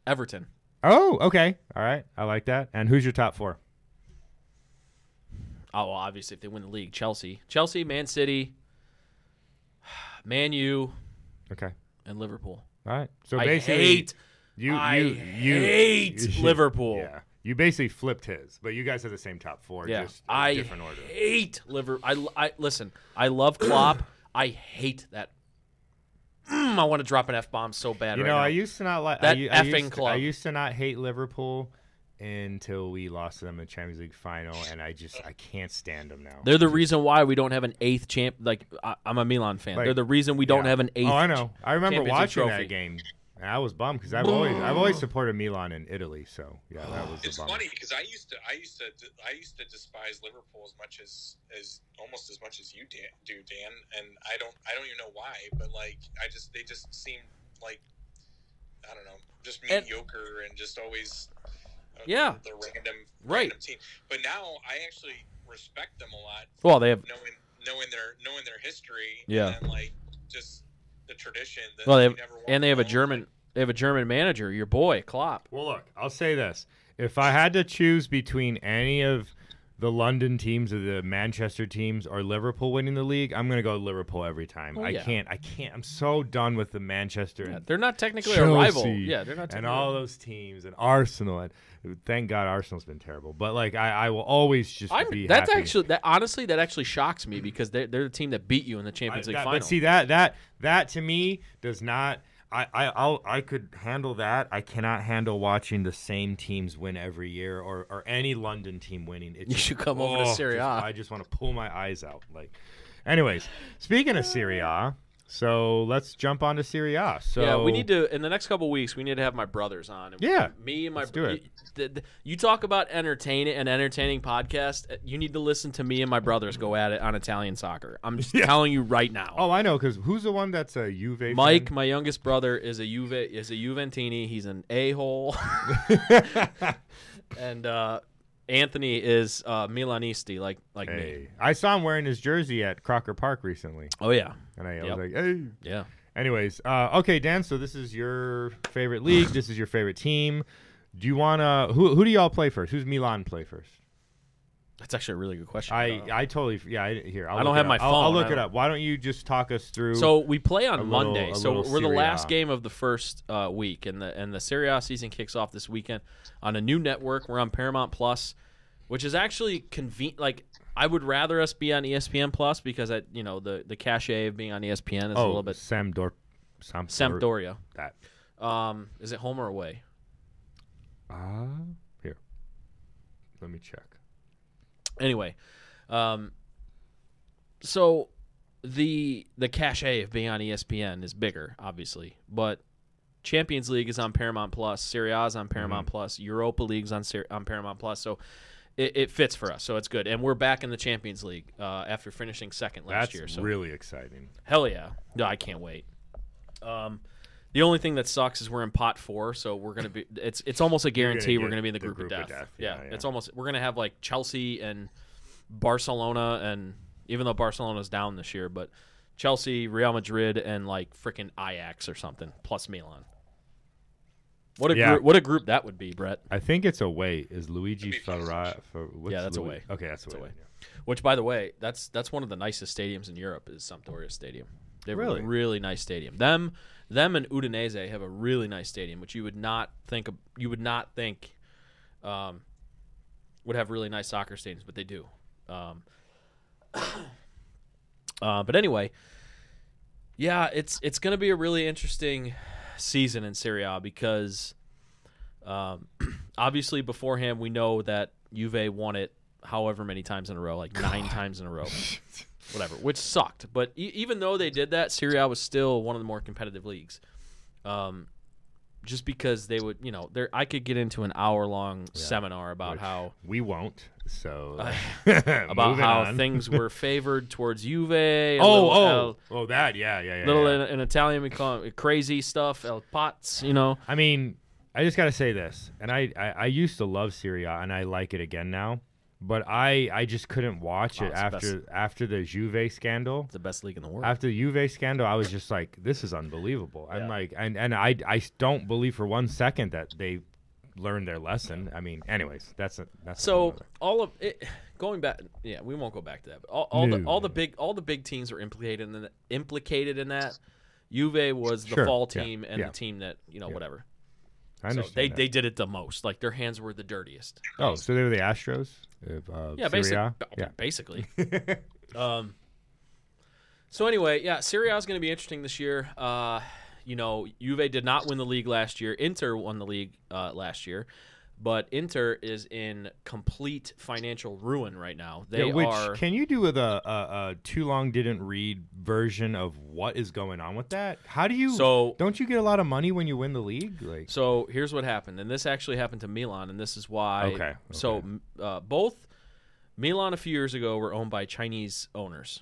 Everton.
oh, okay. All right. I like that. And who's your top four?
Oh, well, obviously, if they win the league, Chelsea, Chelsea, Man City, Man U,
Okay.
and Liverpool.
All right. So
I
basically,
hate,
you,
I
you, you,
hate Liverpool.
Yeah. You basically flipped his, but you guys have the same top four,
yeah,
just in
I
different order.
hate Liverpool. I, I listen. I love Klopp. I hate that. Mm, I want to drop an f bomb so bad.
You
right
know,
now.
I used to not like
That
I, u- I
effing
used, I
club.
used to not hate Liverpool until we lost to them in the Champions League final, and I just I can't stand them now.
They're the reason why we don't have an eighth champ. Like I, I'm a Milan fan.
Like,
They're the reason we don't
Yeah.
have an eighth.
Oh, I know. I remember
Champions League
watching
trophy.
that game, and I was bummed because I've always I've always supported Milan in Italy, so yeah, that was
It's
a bummer.
funny because I used to, I used to, I used to despise Liverpool as much as, as almost as much as you Dan, do, Dan. And I don't, I don't even know why, but like, I just, they just seem like, I don't know, just
And-
mediocre and, just always uh,
Yeah.
Their random
Right.
random team. But now I actually respect them a lot
Well, they have.
knowing knowing their knowing their history.
Yeah.
And like just the tradition. That
Well, they have,
never walk
and they have a
alone.
German. They have a German manager. Your boy Klopp.
Well, look, I'll say this: if I had to choose between any of the London teams or the Manchester teams or Liverpool winning the league, I'm gonna go Liverpool every time.
Oh,
I
yeah.
can't. I can't. I'm so done with the Manchester
Yeah,
and
they're not technically
Chelsea
a rival. Yeah, they're not.
and
Technically
all those teams and Arsenal. And thank God Arsenal's been terrible, but like I, I will always just
I'm,
be
that's
happy.
actually that honestly that actually shocks me because they're, they're the team that beat you in the Champions
I-
League
that-
final.
But see that that that to me does not. I I I'll, I could handle that. I cannot handle watching the same teams win every year or or any London team winning. It oh,
You should come over to Serie
just-
A.
I just want to pull my eyes out. Like, anyways, speaking of Serie A, so let's jump on to Serie A. So
yeah, we need to in the next couple weeks we need to have my brothers on. And
Yeah,
me and my
let's do it.
You, th- th- you talk about entertaining an entertaining podcast. uh, You need to listen to me and my brothers go at it on Italian soccer. I'm just telling you right now.
Oh, I know, because who's the one that's a Juve? fan?
Mike, my youngest brother, is a Juve is a Juventini. He's an a hole, and uh, Anthony is uh, Milanisti, like like me.
Hey, I saw him wearing his jersey at Crocker Park recently,
Oh yeah,
and I, I
Yep.
was like, "Hey,
yeah.
Anyways, uh, okay, Dan. So this is your favorite league. This is your favorite team. Do you wanna who who do y'all play first? Who's Milan play first?
That's actually a really good question. Uh,
I I totally f- yeah. I, here I'll
I don't
look it
have my
up. I'll, I'll
phone, I
look it
don't-
up. Why don't you just talk us through?
So we play on
A little-
Monday.
a
so
little
we're the
Serie
last
A.
game of the first uh, week, and the and the Serie A season kicks off this weekend on a new network. We're on Paramount Plus, which is actually convenient. Like I would rather us be on E ESPN Plus because I, you know the the cachet of being on E ESPN is
oh,
a little bit.
Sam Dor, Sam
Sampdoria.
That.
Um, is it home or away?
Uh, here, let me check.
Anyway, um, so the the cachet of being on E ESPN is bigger, obviously, but Champions League is on Paramount Plus, Serie A is on Paramount Plus, Europa League's on Ser- on Paramount Plus, so it, it fits for us, so it's good. And we're back in the Champions League uh, after finishing second last
That's
year. So
really exciting.
Hell yeah. No, I can't wait. Um, the only thing that sucks is we're in pot four, so we're gonna be. It's it's almost a guarantee we're
get
gonna be in the,
the
group, of death. Yeah,
yeah.
it's almost we're gonna have like Chelsea and Barcelona, and even though Barcelona's down this year, but Chelsea, Real Madrid, and like freaking Ajax or something plus Milan. What a
Yeah.
group, what a group that would be, Brett.
I think it's away. Is Luigi Ferrara? Fer, what's
Yeah, that's
Lu-
away.
Okay, that's away.
away. Which, by the way, that's that's one of the nicest stadiums in Europe is Sampdoria Stadium. They have
Really?
a really nice stadium. Them, them, and Udinese have a really nice stadium, which you would not think of, you would not think um, would have really nice soccer stadiums, but they do. Um, uh, but anyway, yeah, it's it's going to be a really interesting season in Serie A because um, obviously beforehand we know that Juve won it however many times in a row, like nine times in a row, whatever, which sucked. But e- even though they did that, Serie A was still one of the more competitive leagues. Um, just because they would, you know, there I could get into an hour long seminar about
Which
how
we won't. So
about
moving
how
on.
things were favored towards Juve. Oh,
Oh, oh, oh, that, yeah, yeah, yeah.
little
yeah.
in, in Italian we call it crazy stuff, El Pots, you know.
I mean, I just gotta say this, and I, I, I used to love Syria, and I like it again now, but I, I just couldn't watch
Wow,
it
it's the best.
after after the Juve scandal.
It's the best league in the world.
After the Juve scandal, I was just like, this is unbelievable. I'm
Yeah.
like, and and I, I don't believe for one second that they learned their lesson. I mean, anyways, that's a, that's
so
another-
all of it, going back, yeah, we won't go back to that. But all, all the
No.
all the big all the big teams were implicated in the, implicated in that. Juve was the
Sure,
fall
yeah,
team and
yeah.
the team that you know whatever. So
I understand
they
that.
they did it the most. Like their hands were the dirtiest.
oh, so they were the Astros. Of, uh,
Yeah,
Serie
basically.
A? Yeah.
Basically. um, so anyway, yeah, Serie A is going to be interesting this year. Uh, you know, Juve did not win the league last year. Inter won the league uh, last year, but Inter is in complete financial ruin right now. They
yeah, which
are.
can you do with a, a, a too long didn't read version of what is going on with that? How do you
So-
don't you get a lot of money when you win the league? Like
So here's what happened, and this actually happened to Milan, and this is why.
Okay,
So
okay.
m- uh, both Milan a few years ago were owned by Chinese owners,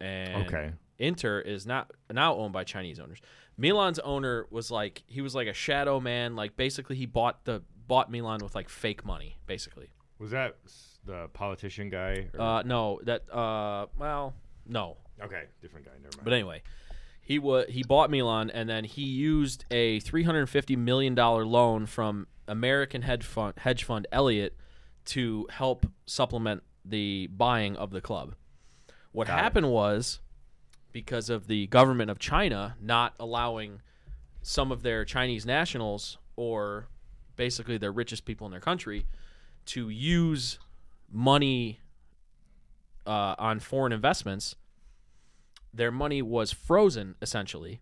and
Okay.
Inter is not now owned by Chinese owners. Milan's owner was like he was like a shadow man, like basically he bought the bought Milan with like fake money, basically.
Was that s- the politician guy? or-
Uh, no, that uh, well, no.
okay, different guy. Never mind.
But anyway, he wa he bought Milan, and then he used a three hundred fifty million dollar loan from American hedge fund hedge fund Elliott to help supplement the buying of the club. What happened was because of the government of China not allowing some of their Chinese nationals or basically the richest people in their country to use money uh, on foreign investments their money was frozen essentially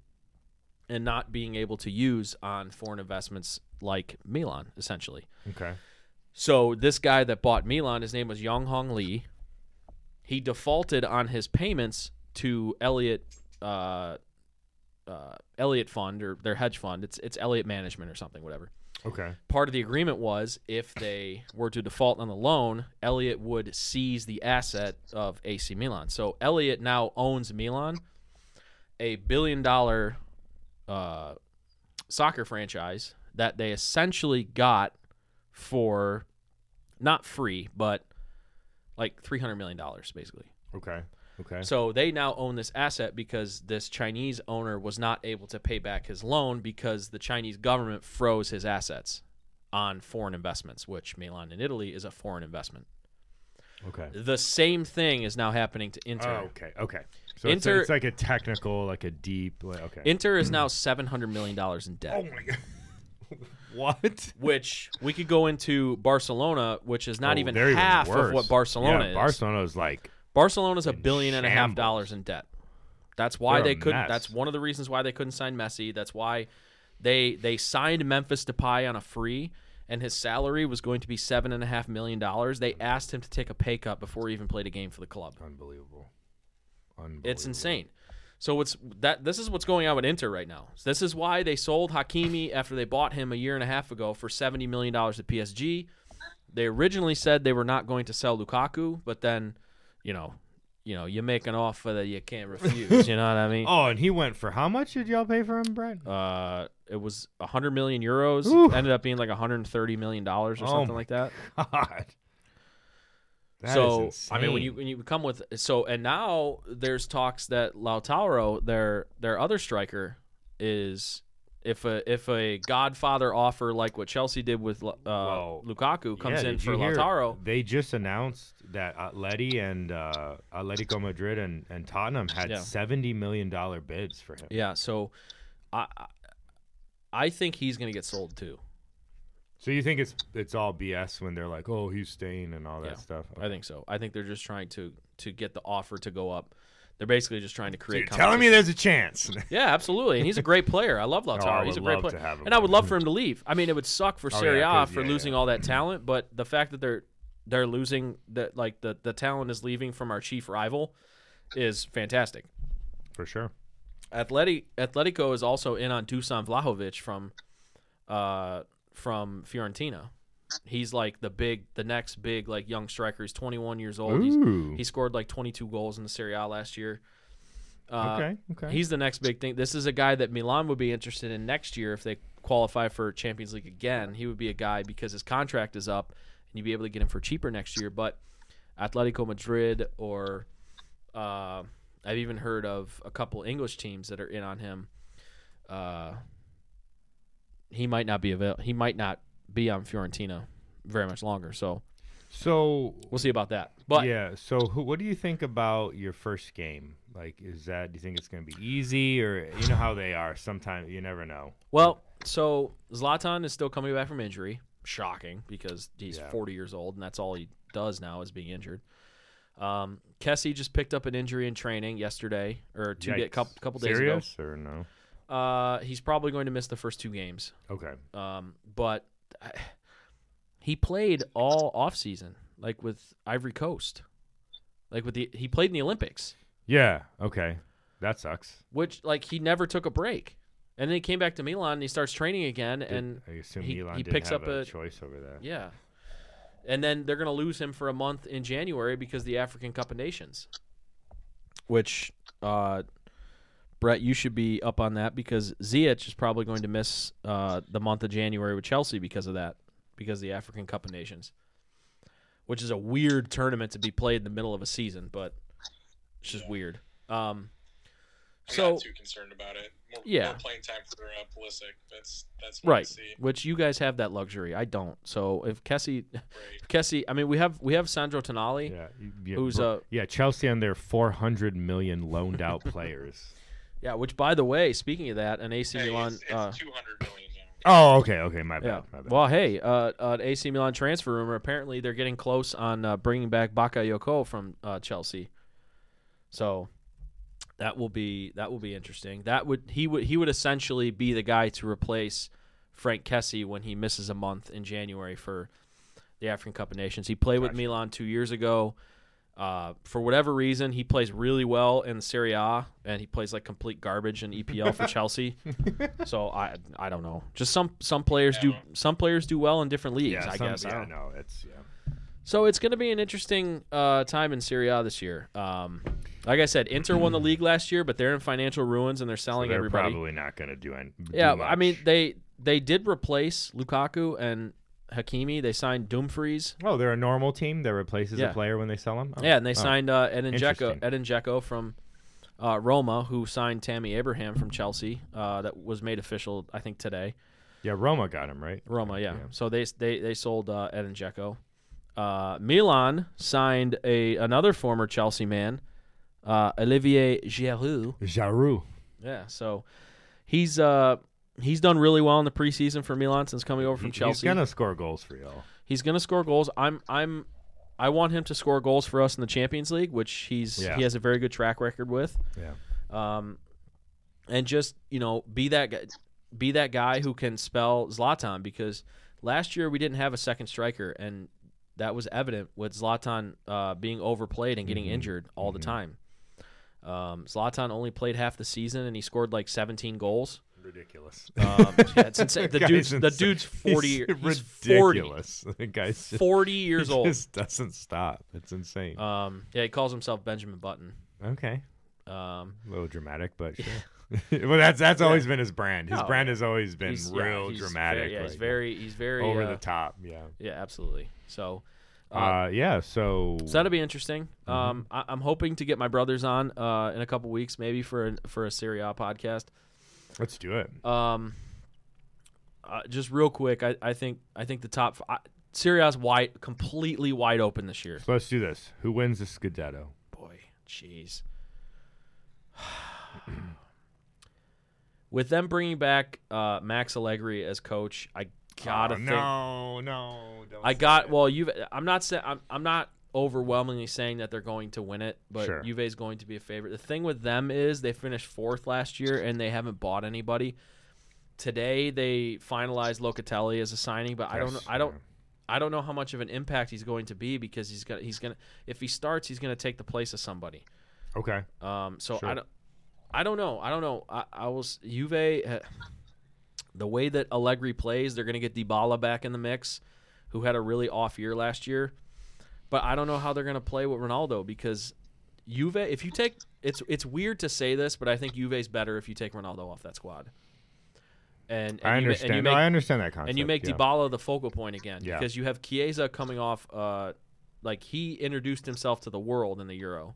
and not being able to use on foreign investments like Milan essentially.
okay.
So this guy that bought Milan, his name was Yong Hong Lee. He defaulted on his payments to Elliott, uh, uh, Elliott Fund or their hedge fund. It's it's Elliott Management or something, whatever.
Okay.
Part of the agreement was if they were to default on the loan, Elliott would seize the asset of AC Milan. So Elliott now owns Milan, a billion dollar uh, soccer franchise that they essentially got for not free, but like three hundred million dollars, basically.
Okay. Okay.
So they now own this asset because this Chinese owner was not able to pay back his loan because the Chinese government froze his assets on foreign investments, which Milan in Italy is a foreign investment.
okay.
The same thing is now happening to Inter.
Oh, okay. Okay. So it's-
Inter-
it's, like a technical, like a deep. Like, okay.
Inter is now seven hundred million dollars in debt.
Hmm. oh my god. what?
Which we could go into Barcelona, which is not
Oh,
even
they're
half
worse.
of what Barcelona
yeah,
is.
Barcelona's like
Barcelona's a
In
billion and a half
shambles.
dollars in debt. That's why
They're a
they couldn't.
mess.
That's one of the reasons why they couldn't sign Messi. That's why they they signed Memphis Depay on a free, and his salary was going to be seven and a half million dollars. They asked him to take a pay cut before he even played a game for the club.
unbelievable. Unbelievable.
It's insane. So what's that? This is what's going on with Inter right now. This is why they sold Hakimi after they bought him a year and a half ago for seventy million dollars to PSG. They originally said they were not going to sell Lukaku, but then, you know, you know, you make an offer that you can't refuse. you know what I mean?
Oh, and he went for how much did y'all pay for him, Brett?
Uh, it was hundred million euros.
Ooh.
Ended up being like hundred and thirty million dollars or
Oh
something
my
like that.
God. That is
so I mean, when you
insane.
when you come with so and now there's talks that Lautaro, their their other striker, is if a if a Godfather offer like what Chelsea did with uh,
Well,
Lukaku comes
Yeah,
in
did
for
you hear-
Lautaro,
They just announced that Atleti and uh, Atletico Madrid and, and Tottenham had
Yeah.
seventy million dollar bids for him.
yeah. So I I- I think he's gonna get sold too.
So you think it's it's all BS when they're like, oh, he's staying and all that
Yeah,
stuff.
I think so. I think they're just trying to to get the offer to go up. They're basically just trying to
So
create.
you're telling me
competition.
there's a chance.
Yeah, absolutely. And he's a great player. I love
Oh,
Lautaro.
I
he's a
would
great
love
player.
to have him
And I would
back.
love for him to leave. I mean, it would suck for
Oh,
Serie
yeah,
A
'cause-
for
yeah,
losing
yeah.
all that talent, but the fact that they're they're losing that like the the talent is leaving from our chief rival is fantastic.
for sure.
Atleti Atletico is also in on Dusan Vlahovic from uh from Fiorentina. He's like the big the next big like young striker. He's 21 years old. He's,
Ooh.
he scored like 22 goals in the Serie A last year. Uh,
okay. Okay.
He's the next big thing. This is a guy that Milan would be interested in next year if they qualify for Champions League again. He would be a guy because his contract is up, and you'd be able to get him for cheaper next year. But Atletico Madrid or uh, I've even heard of a couple English teams that are in on him. Uh, he might not be avail- He might not be on Fiorentina very much longer. So
so
we'll see about that. But
yeah. So who, what do you think about your first game? Like, is that do you think it's going to be easy or you know how they are? Sometimes you never know.
Well, so Zlatan is still coming back from injury. Shocking because he's
Yeah.
40 years old and that's all he does now is being injured. Um, Kessie just picked up an injury in training yesterday or two day,
Yikes.
couple, couple days
Serious or no?
ago. Uh, he's probably going to miss the first two games.
Okay.
Um, but he played all offseason, like with Ivory Coast. Like with the he played in the Olympics,
Yeah. Okay. That sucks.
which like he never took a break. And then he came back to Milan and he starts training again
Did-
and
I assume
he-
Milan
he
didn't
picks
have
up
a,
a-
choice over that.
Yeah. And then they're going to lose him for a month in January because the African Cup of Nations. Which, uh, Brett, you should be up on that because Ziyech is probably going to miss uh, the month of January with Chelsea because of that. because of the African Cup of Nations, which is a weird tournament to be played in the middle of a season, but it's just weird. Um,
I'm
so
not too concerned about it. More,
Yeah.
more playing time for uh, Pulisic. That's that's what I
right,
see.
which you guys have that luxury, I don't. So if Kessie,
Right.
Kessie, I mean we have we have Sandro Tonali.
Yeah, you- yeah,
Who's,
bro-
uh,
yeah Chelsea and their 400 million loaned out players.
Yeah, which by the way, speaking of that, an AC
Hey,
Milan.
it's, it's
uh,
200 million now.
Oh, okay, okay, my bad,
yeah.
my bad.
Well, hey, uh, uh, AC Milan transfer rumor. Apparently, they're getting close on uh, bringing back Bakayoko from uh, Chelsea. So that will be that will be interesting. That would he would he would essentially be the guy to replace Frank Kessie when he misses a month in January for the African Cup of Nations. He played with Milan two years ago. Uh, for whatever reason, he plays really well in Serie A, and he plays like complete garbage in EPL for Chelsea. So I I don't know. Just some some players do some players do well in different leagues.
yeah,
I
some-
guess. I
Yeah,
don't know.
no, it's yeah.
So it's going to be an interesting uh, time in Serie A this year. Um, like I said, Inter won the league last year, but they're in financial ruins and they're selling
They're
everybody.
probably not going to do any. do
yeah, I mean
much.
they they did replace Lukaku and Hakimi. They signed Dumfries.
Oh, they're a normal team that replaces
Yeah.
a player when they sell Oh. them.
Yeah, and they signed uh, Edin Dzeko,
Interesting.
Edin Dzeko from uh, Roma, who signed Tammy Abraham from Chelsea. Uh, that was made official, I think, today.
Yeah, Roma got him right.
Roma, yeah. So they they they sold uh, Edin Dzeko. Uh, Milan signed a another former Chelsea man, uh, Olivier Giroud.
Giroud.
Yeah, so he's uh he's done really well in the preseason for Milan since coming over from
He-
Chelsea.
He's gonna score goals for y'all.
He's gonna score goals. I'm I'm I want him to score goals for us in the Champions League, which he's
Yeah.
he has a very good track record with.
Yeah.
Um, and just you know be that guy, be that guy who can spell Zlatan because last year we didn't have a second striker and that was evident with Zlatan uh, being overplayed and getting
Mm-hmm.
injured all the time. Um, Zlatan only played half the season and he scored like 17 goals.
Ridiculous.
Um, yeah, it's insane. The
Guy's
dude's the
insane.
dude's 40 year- he's
He's
40.
ridiculous. The guy's just,
40 years
he
old.
Just doesn't stop. It's insane.
Um, yeah, he calls himself Benjamin Button.
okay,
Um,
a little dramatic, but sure. well, that's that's always been his brand. His
No,
brand has always been
Oh, he's yeah,
real
he's
dramatic.
Very, yeah, he's
like,
very he's very
over
uh,
the top. Yeah.
Yeah, absolutely. So, uh,
Uh, mm-hmm. yeah. So.
so that'll be interesting. Um, I, I'm hoping to get my brothers on uh, in a couple weeks, maybe for an, for a Serie A podcast.
let's do it.
Um, uh, just real quick, I, I think I think the top f- I, Serie A's wide, completely wide open this year.
So let's do this. Who wins the Scudetto?
Boy, jeez. With them bringing back uh, Max Allegri as coach, I gotta
Oh,
think.
no, no. don't
I
say
got
it.
well. Juve. I'm not saying I'm, I'm not overwhelmingly saying that they're going to win it, but
Sure.
Juve is going to be a favorite. The thing with them is they finished fourth last year and they haven't bought anybody. Today they finalized Locatelli as a signing, but I don't know.
Yes,
I don't.
yeah.
I don't know how much of an impact he's going to be because he's gonna he's gonna if he starts he's gonna take the place of somebody.
Okay.
Um, so I
Sure.
don't, I don't know. I don't know. I, I was Juve. eh, The way that Allegri plays, they're going to get DiBala back in the mix, who had a really off year last year. But I don't know how they're going to play with Ronaldo because Juve. If you take it's it's weird to say this, but I think Juve's better if you take Ronaldo off that squad. And, and
I
you ma-
understand.
and you
no,
make-
I understand that concept.
and you make
yeah.
Dybala the focal point again
Yeah.
because you have Chiesa coming off uh like he introduced himself to the world in the Euro.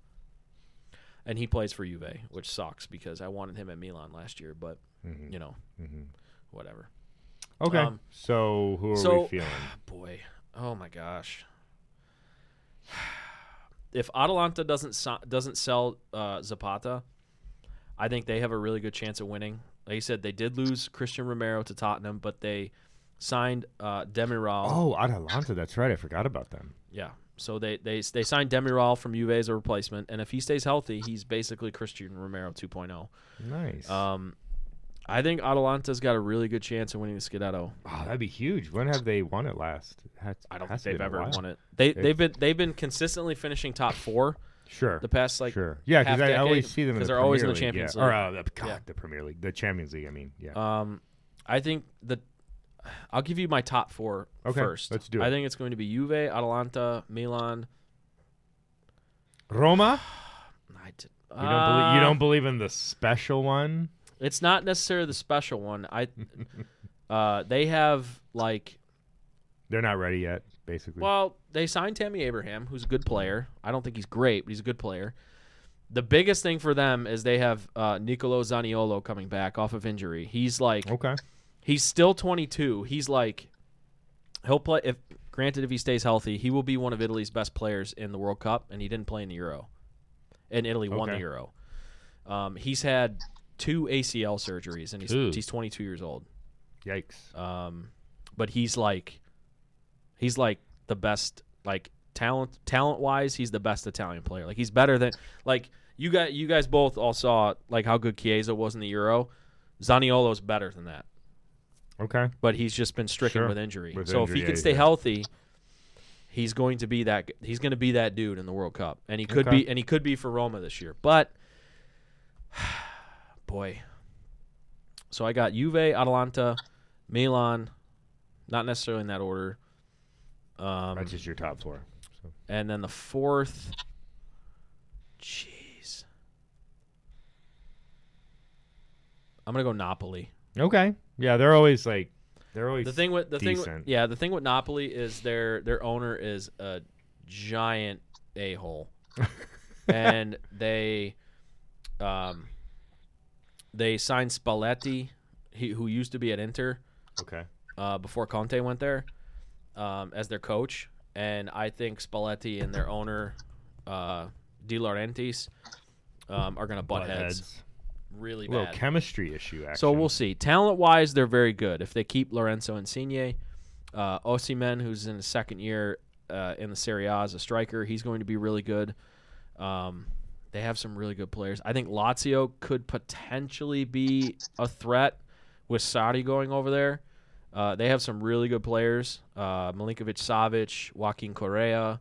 And he plays for Juve, which sucks because I wanted him at Milan last year, but
Mm-hmm.
you know, whatever.
Okay.
um,
so who are
so-
we feeling?
Boy, oh my gosh. If Atalanta doesn't si- doesn't sell uh, Zapata, I think they have a really good chance of winning. Like you said, they did lose Christian Romero to Tottenham, but they signed uh, Demiral.
Oh, Atalanta. That's right. I forgot about them.
Yeah. So they they they signed Demiral from Juve as a replacement, and if he stays healthy, he's basically Christian Romero 2.0.
Nice.
Um, I think Atalanta's got a really good chance of winning the Scudetto.
oh, that'd be huge. When have they won it last?
I don't think they've ever won it. They they've been they've been consistently finishing top four
Sure.
the past like
sure. Yeah,
half
because I
decade,
always see them
'cause
because
they're always in the Champions
Or uh, the, God, the Premier League, the Champions League. I mean, yeah.
Um, I think the I'll give you my top four
Okay,
first.
let's do it.
I think it's going to be Juve, Atalanta, Milan.
Roma.
I did-
You don't, believe, you
Uh,
don't believe in the special one?
It's not necessarily the special one. I uh, they have like
They're not ready yet, basically.
Well, they signed Tammy Abraham, who's a good player. I don't think he's great, but he's a good player. The biggest thing for them is they have uh, Nicolo Zaniolo coming back off of injury. He's like
okay.
he's still 22. He's like he'll play if granted if he stays healthy, he will be one of Italy's best players in the World Cup and he didn't play in the Euro. And Italy won the
Okay.
Euro. Um, he's had two ACL surgeries and he's
Two.
he's 22 years old.
Yikes.
Um, but he's like, he's like the best, like talent talent wise, he's the best Italian player. Like he's better than like you got you guys both all saw like how good Chiesa was in the Euro. Zaniolo's better than that,
Okay.
but he's just been stricken
Sure.
with injury.
With
so if
injury,
he can
yeah,
stay
yeah.
healthy, he's going to be that he's going to be that dude in the World Cup, and he could
Okay.
be and he could be for Roma this year. But boy, so I got Juve, Atalanta, Milan, not necessarily in that order. Um,
That's just your top four.
and then the fourth, jeez, I'm gonna go Napoli.
Okay. Yeah, they're always like, they're always.
The thing with the thing, with,
decent.
yeah, the thing with Napoli is their their owner is a giant a hole, and they, um, they signed Spalletti, he, who used to be at Inter,
Okay.
uh, before Conte went there um, as their coach, and I think Spalletti and their owner, uh, De Laurentiis, um, are going to butt heads really
Little
bad.
chemistry issue. Actually.
So we'll see. Talent wise, they're very good. If they keep Lorenzo Insigne, uh, Osimen, who's in his second year uh, in the Serie A as a striker, he's going to be really good. Um, they have some really good players. I think Lazio could potentially be a threat with Saudi going over there. Uh, they have some really good players: uh, Milinkovic, Savic, Joaquin Correa,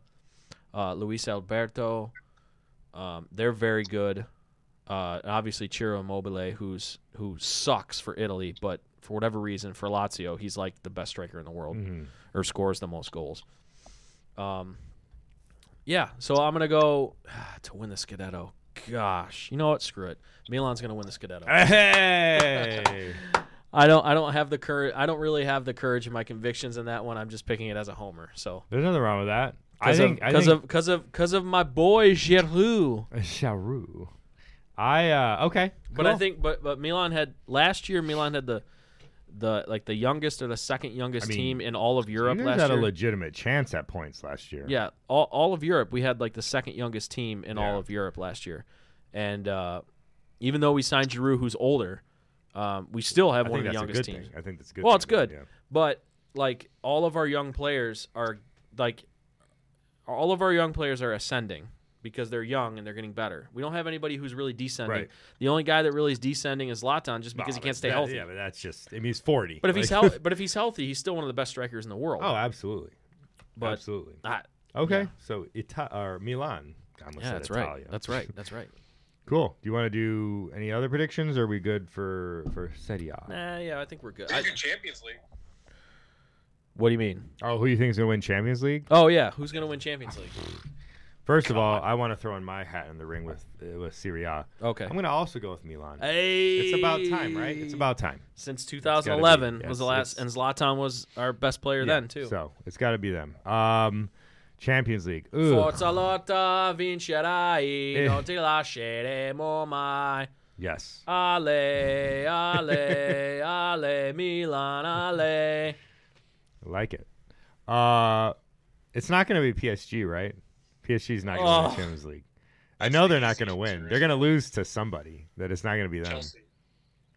uh, Luis Alberto. Um, they're very good. Uh, and obviously, Ciro Immobile, who's who sucks for Italy, but for whatever reason, for Lazio, he's like the best striker in the world
Mhm.
or scores the most goals. Um, yeah. So I'm gonna go to win the Scudetto. Gosh, you know what? Screw it. Milan's gonna win the Scudetto.
Mm-hmm. Hey.
I don't. I don't have the courage. I don't really have the courage in my convictions in that one. I'm just picking it as a homer. So
There's nothing wrong with that. I
because
think.
of
I
because
think-
of because of because of my boy Giroud.
Sharu. I uh okay.
But I
cool.
think but but Milan had last year. Milan had the the like the youngest or the second youngest
I mean,
team in all of Europe
you guys
last
had
year.
a legitimate chance at points last year.
Yeah, all, all of Europe. We had like the second youngest team in all
Yeah.
of Europe last year, and uh, even though we signed Giroud, who's older, um, we still have
I
one
think
of the
that's a
youngest
good
teams.
thing. I think that's a good.
Well,
thing,
it's good.
yeah.
But like all of our young players are like all of our young players are ascending because they're young and they're getting better. We don't have anybody who's really descending.
Right.
The only guy that really is descending is Latan just because
Nah,
he can't
but
stay
that-
healthy.
Yeah, but that's just. I mean, he's forty.
But if he's
like-
healthy, but if he's healthy, he's still one of the best strikers in the world.
oh, absolutely,
but
absolutely.
I-
Okay,
yeah.
so Ita- or Milan. I almost
yeah,
said
that's
Italia.
right. That's right. That's right.
Cool. Do you want to do any other predictions? Or are we good for for Serie A?
Nah, yeah, I think we're good.
They
I-
do Champions League.
what do you mean?
Oh, who do you think is going to win Champions League?
Oh yeah, who's gonna win Champions League?
First of all, I want to throw in my hat in the ring with uh, with Serie A.
Okay.
I'm going to also go with Milan.
Hey,
It's about time, right? It's about time.
since 2011
Yes,
was the last,
it's-
and Zlatan was our best player
Yeah,
then too.
So it's got to be them. Um, Champions League. Ooh.
Forza lotta vincerai,
Eh.
non ti lasceremo mai.
Yes.
Ale, ale, ale, Milan, ale.
I like it. Uh, it's not going to be PSG, right? PSG's not going to win
Oh.
the Champions League. I know they're not going to win. They're going to lose to somebody. That it's not going to be them.
Chelsea.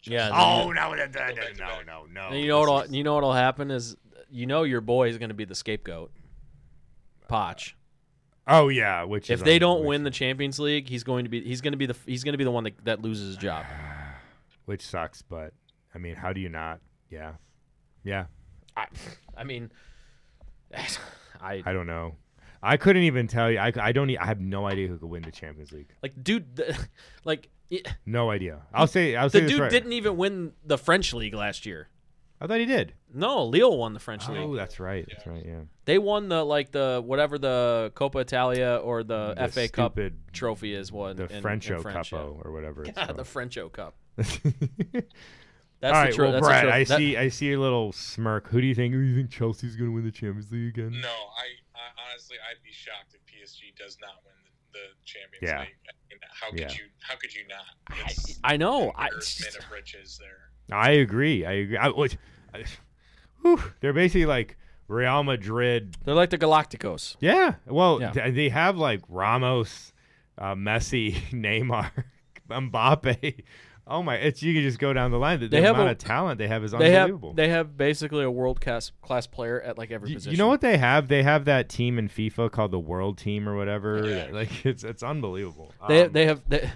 Yeah.
Oh no! No! No!
back to
No!
back.
No! no.
and you know
Oh, This
what?
is-
You know what'll happen is, you know, your boy is gonna be the scapegoat. Poch.
Oh yeah. Which
If they don't win the Champions League, he's going to be he's going to be the he's going to be the one that, that loses his job.
which sucks, but I mean, how do you not? Yeah. Yeah.
I, I mean, I
I don't know. I couldn't even tell you. I, I don't. e- I have no idea who could win the Champions League.
like, dude, the, like it-
No idea. I'll say. I'll
the
say this
dude
right.
didn't even win the French league last year.
I thought he did.
No, Lille won the French
Oh,
league.
that's right. That's right. Yeah.
They won the like the whatever the Copa Italia or the,
Mm, The
FA Uh, Cup
stupid-
trophy is one.
The
in- in
Frencho
French, yeah.
Cupo or whatever. it's
Yeah,
called.
the Frencho Cup. That's
All
the
right,
tro-
well,
that's the
Brad,
tro-
I
that-
see, I see a little smirk. Who do you think? Who do you think Chelsea's going to win the Champions League again?
No, I, I honestly I'd be shocked if PSG does not win the, the Champions
Yeah.
League. I mean, how could
Yeah.
you? How could you not?
I,
It's
I know.
an
I,
embarrassment of riches there.
I agree. I agree. I, which, I, whew, they're basically like Real Madrid.
they're like the Galacticos.
Yeah. Well,
Yeah.
th- they have like Ramos, uh, Messi, Neymar, Mbappe. Oh my! It's you can just go down the line. The, the
They have
amount
a-
of talent they have is
They have
unbelievable.
they have basically a world class class player at like every
Y-
position.
you know what they have? They have that team in FIFA called the World Team or whatever.
Yeah.
Like it's it's unbelievable.
They
Um,
they have they,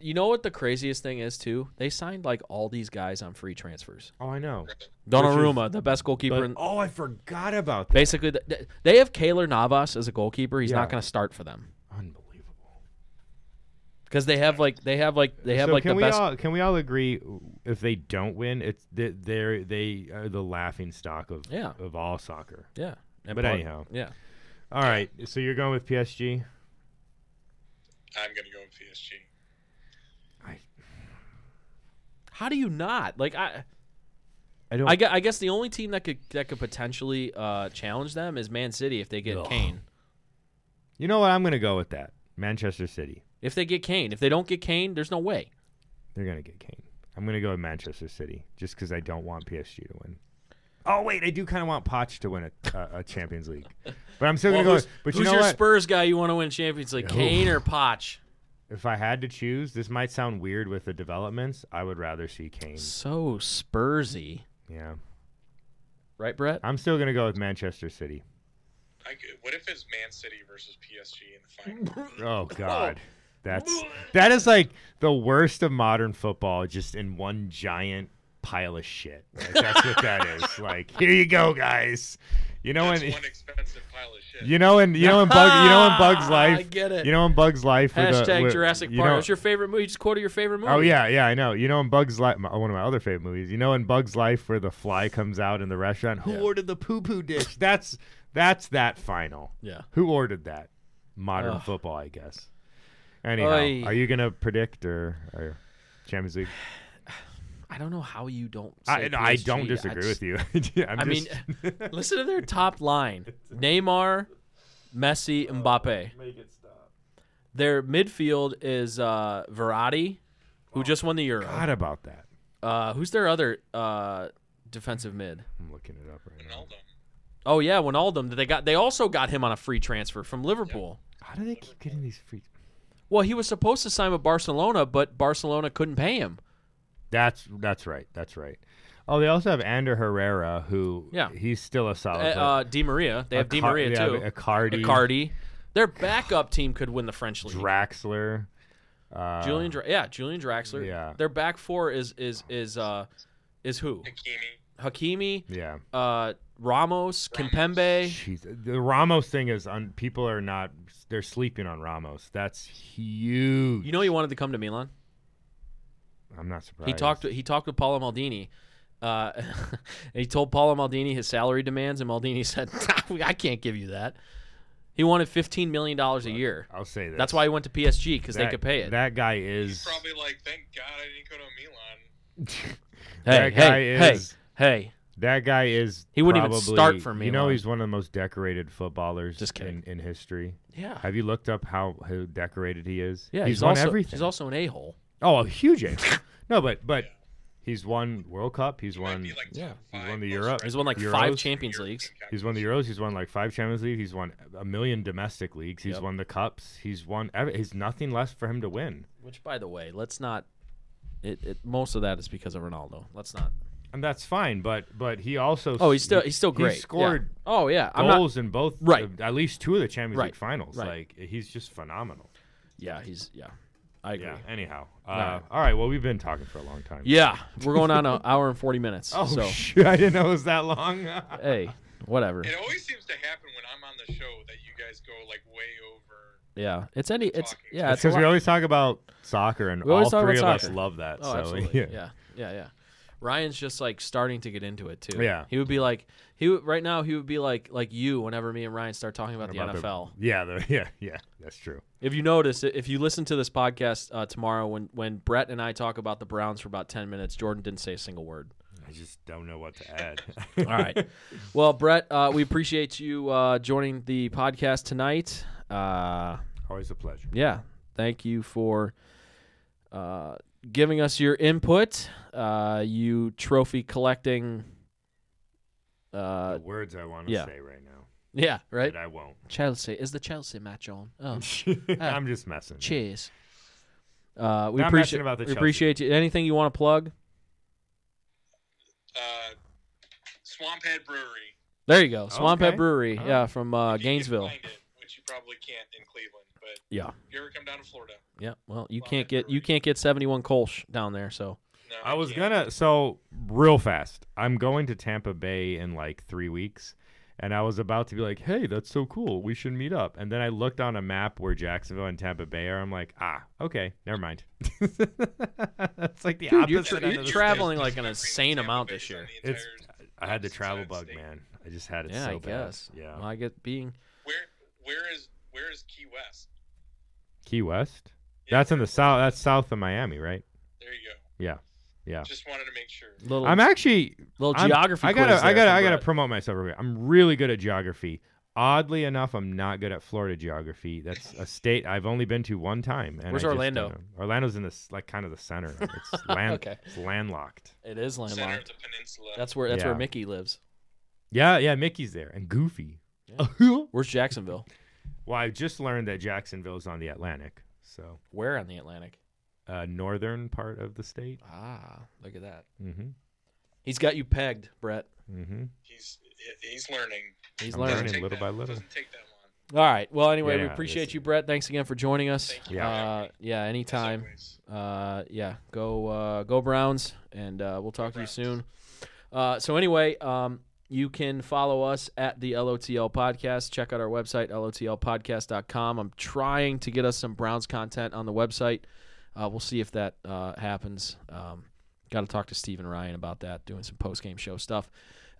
you know what the craziest thing is too? They signed like all these guys on free transfers.
oh, I know.
Donnarumma, the best goalkeeper
But-
in
oh, I forgot about that.
basically th- th- they have Kaylor Navas as a goalkeeper. He's
Yeah.
not going to start for them
Unbelievable.
because they have like they have like they have
so
like
can
the
we
best.
all can we all agree if they don't win, it's th- they're they are the laughing stock of
Yeah.
of all soccer.
yeah, And
But
Bar-
anyhow.
yeah.
All right, so you're going with PSG.
I'm gonna go with PSG.
How do you not like I?
I don't.
I guess, I guess the only team that could that could potentially uh, challenge them is Man City if they get
Ugh.
Kane.
you know what? I'm going to go with that. Manchester City.
If they get Kane, if they don't get Kane, there's no way.
They're going to get Kane. I'm going to go with Manchester City just because I don't want PSG to win. Oh wait, I do kind of want Poch to win a, a, a Champions League, but I'm still
Well,
going to go.
who's
with- But you
who's
know
your
what?
Spurs guy you want to win Champions League?
Oof.
Kane or Poch?
if I had to choose, this might sound weird with the developments. I would rather see Kane.
So Spursy,
Yeah,
right, Brett?
I'm still going to go with Manchester City.
I could- what if it's Man City versus PSG in the final?
Oh God, that's that is like the worst of modern football, just in one giant pile of shit. Like, that's what that is. Like here you go, guys. You know
That's
when
one expensive pile of shit.
you know when you know when bug you know when Bugs Life.
I get it.
You know when Bugs Life. with the-
Hashtag
with-
Jurassic
you
Park.
know-
What's your favorite movie? Just quote your favorite movie.
Oh yeah, yeah, I know. You know in Bugs Life, my, one of my other favorite movies. You know in Bugs Life where the fly comes out in the restaurant. Who ordered the poo poo dish? That's that's that final.
yeah.
Who ordered that? Modern
Ugh.
football, I guess. Anyhow,
Oy.
are you gonna predict or, or Champions League?
I don't know how you don't.
I,
Say
no, I
PSG.
don't disagree
just-
with you. I'm
I mean,
just
listen to their top line: Neymar, Messi, Mbappe.
Oh, make it stop.
Their midfield is uh, Verratti, who just won the Euro.
God about that.
Uh, who's their other uh, defensive mid?
I'm looking it up right now.
Ronaldo.
Oh yeah, Wijnaldum. That they got. They also got him on a free transfer from Liverpool.
How do they keep getting these free?
Well, he was supposed to sign with Barcelona, but Barcelona couldn't pay him.
That's that's right. That's right. Oh, they also have Ander Herrera, who
Yeah.
he's still a
Uh,
solid. player.
uh, Di Maria. They have Di
Icar-
Maria
they have
too.
Icardi,
Icardi. Their backup team could win the French league.
Draxler. Uh,
Julian, Dra- yeah, Julian Draxler.
yeah.
Their back four is is is uh is who?
Hakimi.
Hakimi,
Yeah.
uh, Ramos, Kimpembe.
Jeez, the Ramos thing is on. People are not. They're sleeping on Ramos. That's huge.
You know he wanted to come to Milan.
I'm not surprised.
He talked. He talked with Paolo Maldini. Uh, and he told Paolo Maldini his salary demands, and Maldini said, "I can't give you that." He wanted fifteen million dollars a year.
I'll say this.
That's why he went to PSG because they
That-
could pay it.
That guy
He's
is.
probably like, thank God I didn't go to Milan.
hey,
that guy
hey, hey,
is-
hey!
That guy is.
He wouldn't even
probably-
start for
You know,
Milan.
he's one of the most decorated footballers
Just kidding.
in, in history.
Yeah,
Have you looked up how, how decorated he is?
yeah.
he's,
He's,
won
also
everything.
he's also an a hole.
Oh, a huge ape. no, but but he's won World Cup. He's
Might
won.
be like top
yeah,
he's
five
won the
most
Euro-
record
He's won like
Euros?
five Champions Leagues.
European
He's won the Euros. He's won like five Champions League. He's won a million domestic leagues. He's
Yep.
won the cups. He's won. Every, he's nothing left for him to win.
Which, by the way, let's not. It, it most of that is because of Ronaldo. Let's not.
And that's fine. But but he also.
Oh, he's still he's still great.
He
yeah.
scored
Oh yeah, I'm not.
goals in both. uh,
Right.
At least two of the Champions
Right.
League finals.
Right.
Like he's just phenomenal.
Yeah, he's yeah. I agree.
Yeah.
Yeah,
Anyhow. Uh,
right.
All right. Well, we've been talking for a long time.
we're going on an hour and forty minutes.
Oh
so
shoot! I didn't know it was that long.
hey, whatever.
It always seems to happen when I'm on the show that you guys go like way over.
Yeah, it's any it's
Talking.
yeah.
That's
It's a
because we
lot-
always talk about soccer, and
We
all
always talk
three of
about
us
soccer.
love that.
oh
so
absolutely
yeah.
yeah yeah yeah. Ryan's just like starting to get into it too.
Yeah.
he would be like he would, right now. He would be like like you whenever me and Ryan start talking about,
About
the
the-
NFL.
Yeah, the, yeah, yeah. That's true.
If you notice, if you listen to this podcast uh, tomorrow, when when Brett and I talk about the Browns for about ten minutes, Jordan didn't say a single word.
I just don't know what to add.
All right. Well, Brett, uh, we appreciate you uh, joining the podcast tonight. Uh,
Always a pleasure.
yeah, thank you for uh, giving us your input. Uh, you trophy collecting. Uh,
the words I want to
yeah.
say right now,
yeah, right.
but I won't.
Chelsea is the Chelsea match on. Oh,
I'm just messing.
cheers. Uh, we
Not
appreciate
messing about the
we
Chelsea.
appreciate you. Anything you want to plug?
Uh, Swamphead Brewery.
There you go, Swamphead
Okay.
Brewery.
All
Yeah, from uh,
If you can
Gainesville.
find it, which you probably can't in Cleveland, but
Yeah,
if you ever come down to Florida,
yeah. Well, you
Swamphead
can't get you
Brewery.
can't get seventy one Kolsch down there, so.
no,
I
you
was
can't.
gonna so real fast. I'm going to Tampa Bay in like three weeks, and I was about to be like, "Hey, that's so cool. We should meet up." And then I looked on a map where Jacksonville and Tampa Bay are. I'm like, "Ah, okay, never mind." it's like the
Dude,
opposite.
you're tra-
end of
you're
the
traveling
state.
like an
Every
insane
Tampa
amount
Bay
this
is on
year.
the
It's.
entire-
I had the travel
United
bug,
States.
man. I just had it
yeah,
so
I
bad.
guess.
Yeah.
Well, I get being
Where where is where is Key West?
Key West.
Yeah,
That's in the south. That's south of Miami, right?
There you go.
Yeah. Yeah.
Just wanted to make sure.
little
I'm actually
little
I'm-
geography.
I gotta,
quiz
I
there
gotta,
for
I gotta
Brett.
promote myself. Real quick. I'm really good at geography. Oddly enough, I'm not good at Florida geography. That's a state I've only been to one time. And
Where's
I just
Orlando?
don't know. Orlando's in this like kind of the center. of it. It's land,
Okay.
it's landlocked.
It is
Center of
landlocked.
the peninsula.
That's where that's where
Yeah.
Mickey lives.
Yeah, yeah. Mickey's there and Goofy.
Where's Jacksonville?
well, I just learned that Jacksonville's on the Atlantic, so
Where on the Atlantic?
uh, northern part of the state.
Ah, look at that.
Mm-hmm.
He's got you pegged, Brett.
Mm-hmm.
he's he's learning.
He's learning.
I'm learning.
Doesn't take
little
that-
by little.
Doesn't take that long.
All right. Well, anyway, we
Yeah,
appreciate
this-
you, Brett. Thanks again for joining us.
Thank
you.
Uh, yeah.
As
Anytime.
always.
Uh, yeah. Go uh, go Browns, and uh, we'll talk to you
Browns.
soon. Uh, so anyway, um, you can follow us at the LOTL Podcast. Check out our website, lotlpodcast.com. I'm trying to get us some Browns content on the website. Uh, we'll see if that uh, happens. Um, Got to talk to Steve and Ryan about that, doing some post game show stuff.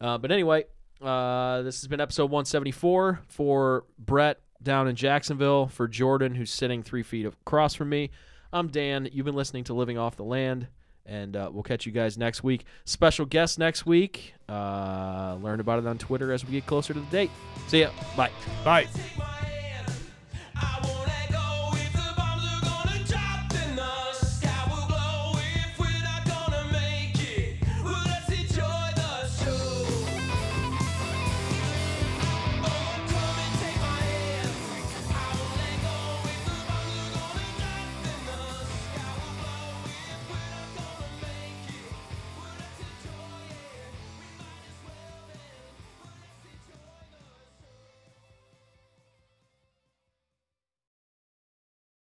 Uh, but anyway, uh, this has been episode 174 for Brett down in Jacksonville, for Jordan, who's sitting three feet across from me. I'm Dan. You've been listening to Living Off the Land, and uh, we'll catch you guys next week. Special guest next week. Uh, learn about it on Twitter as we get closer to the date. See ya. Bye.
Bye.
Take my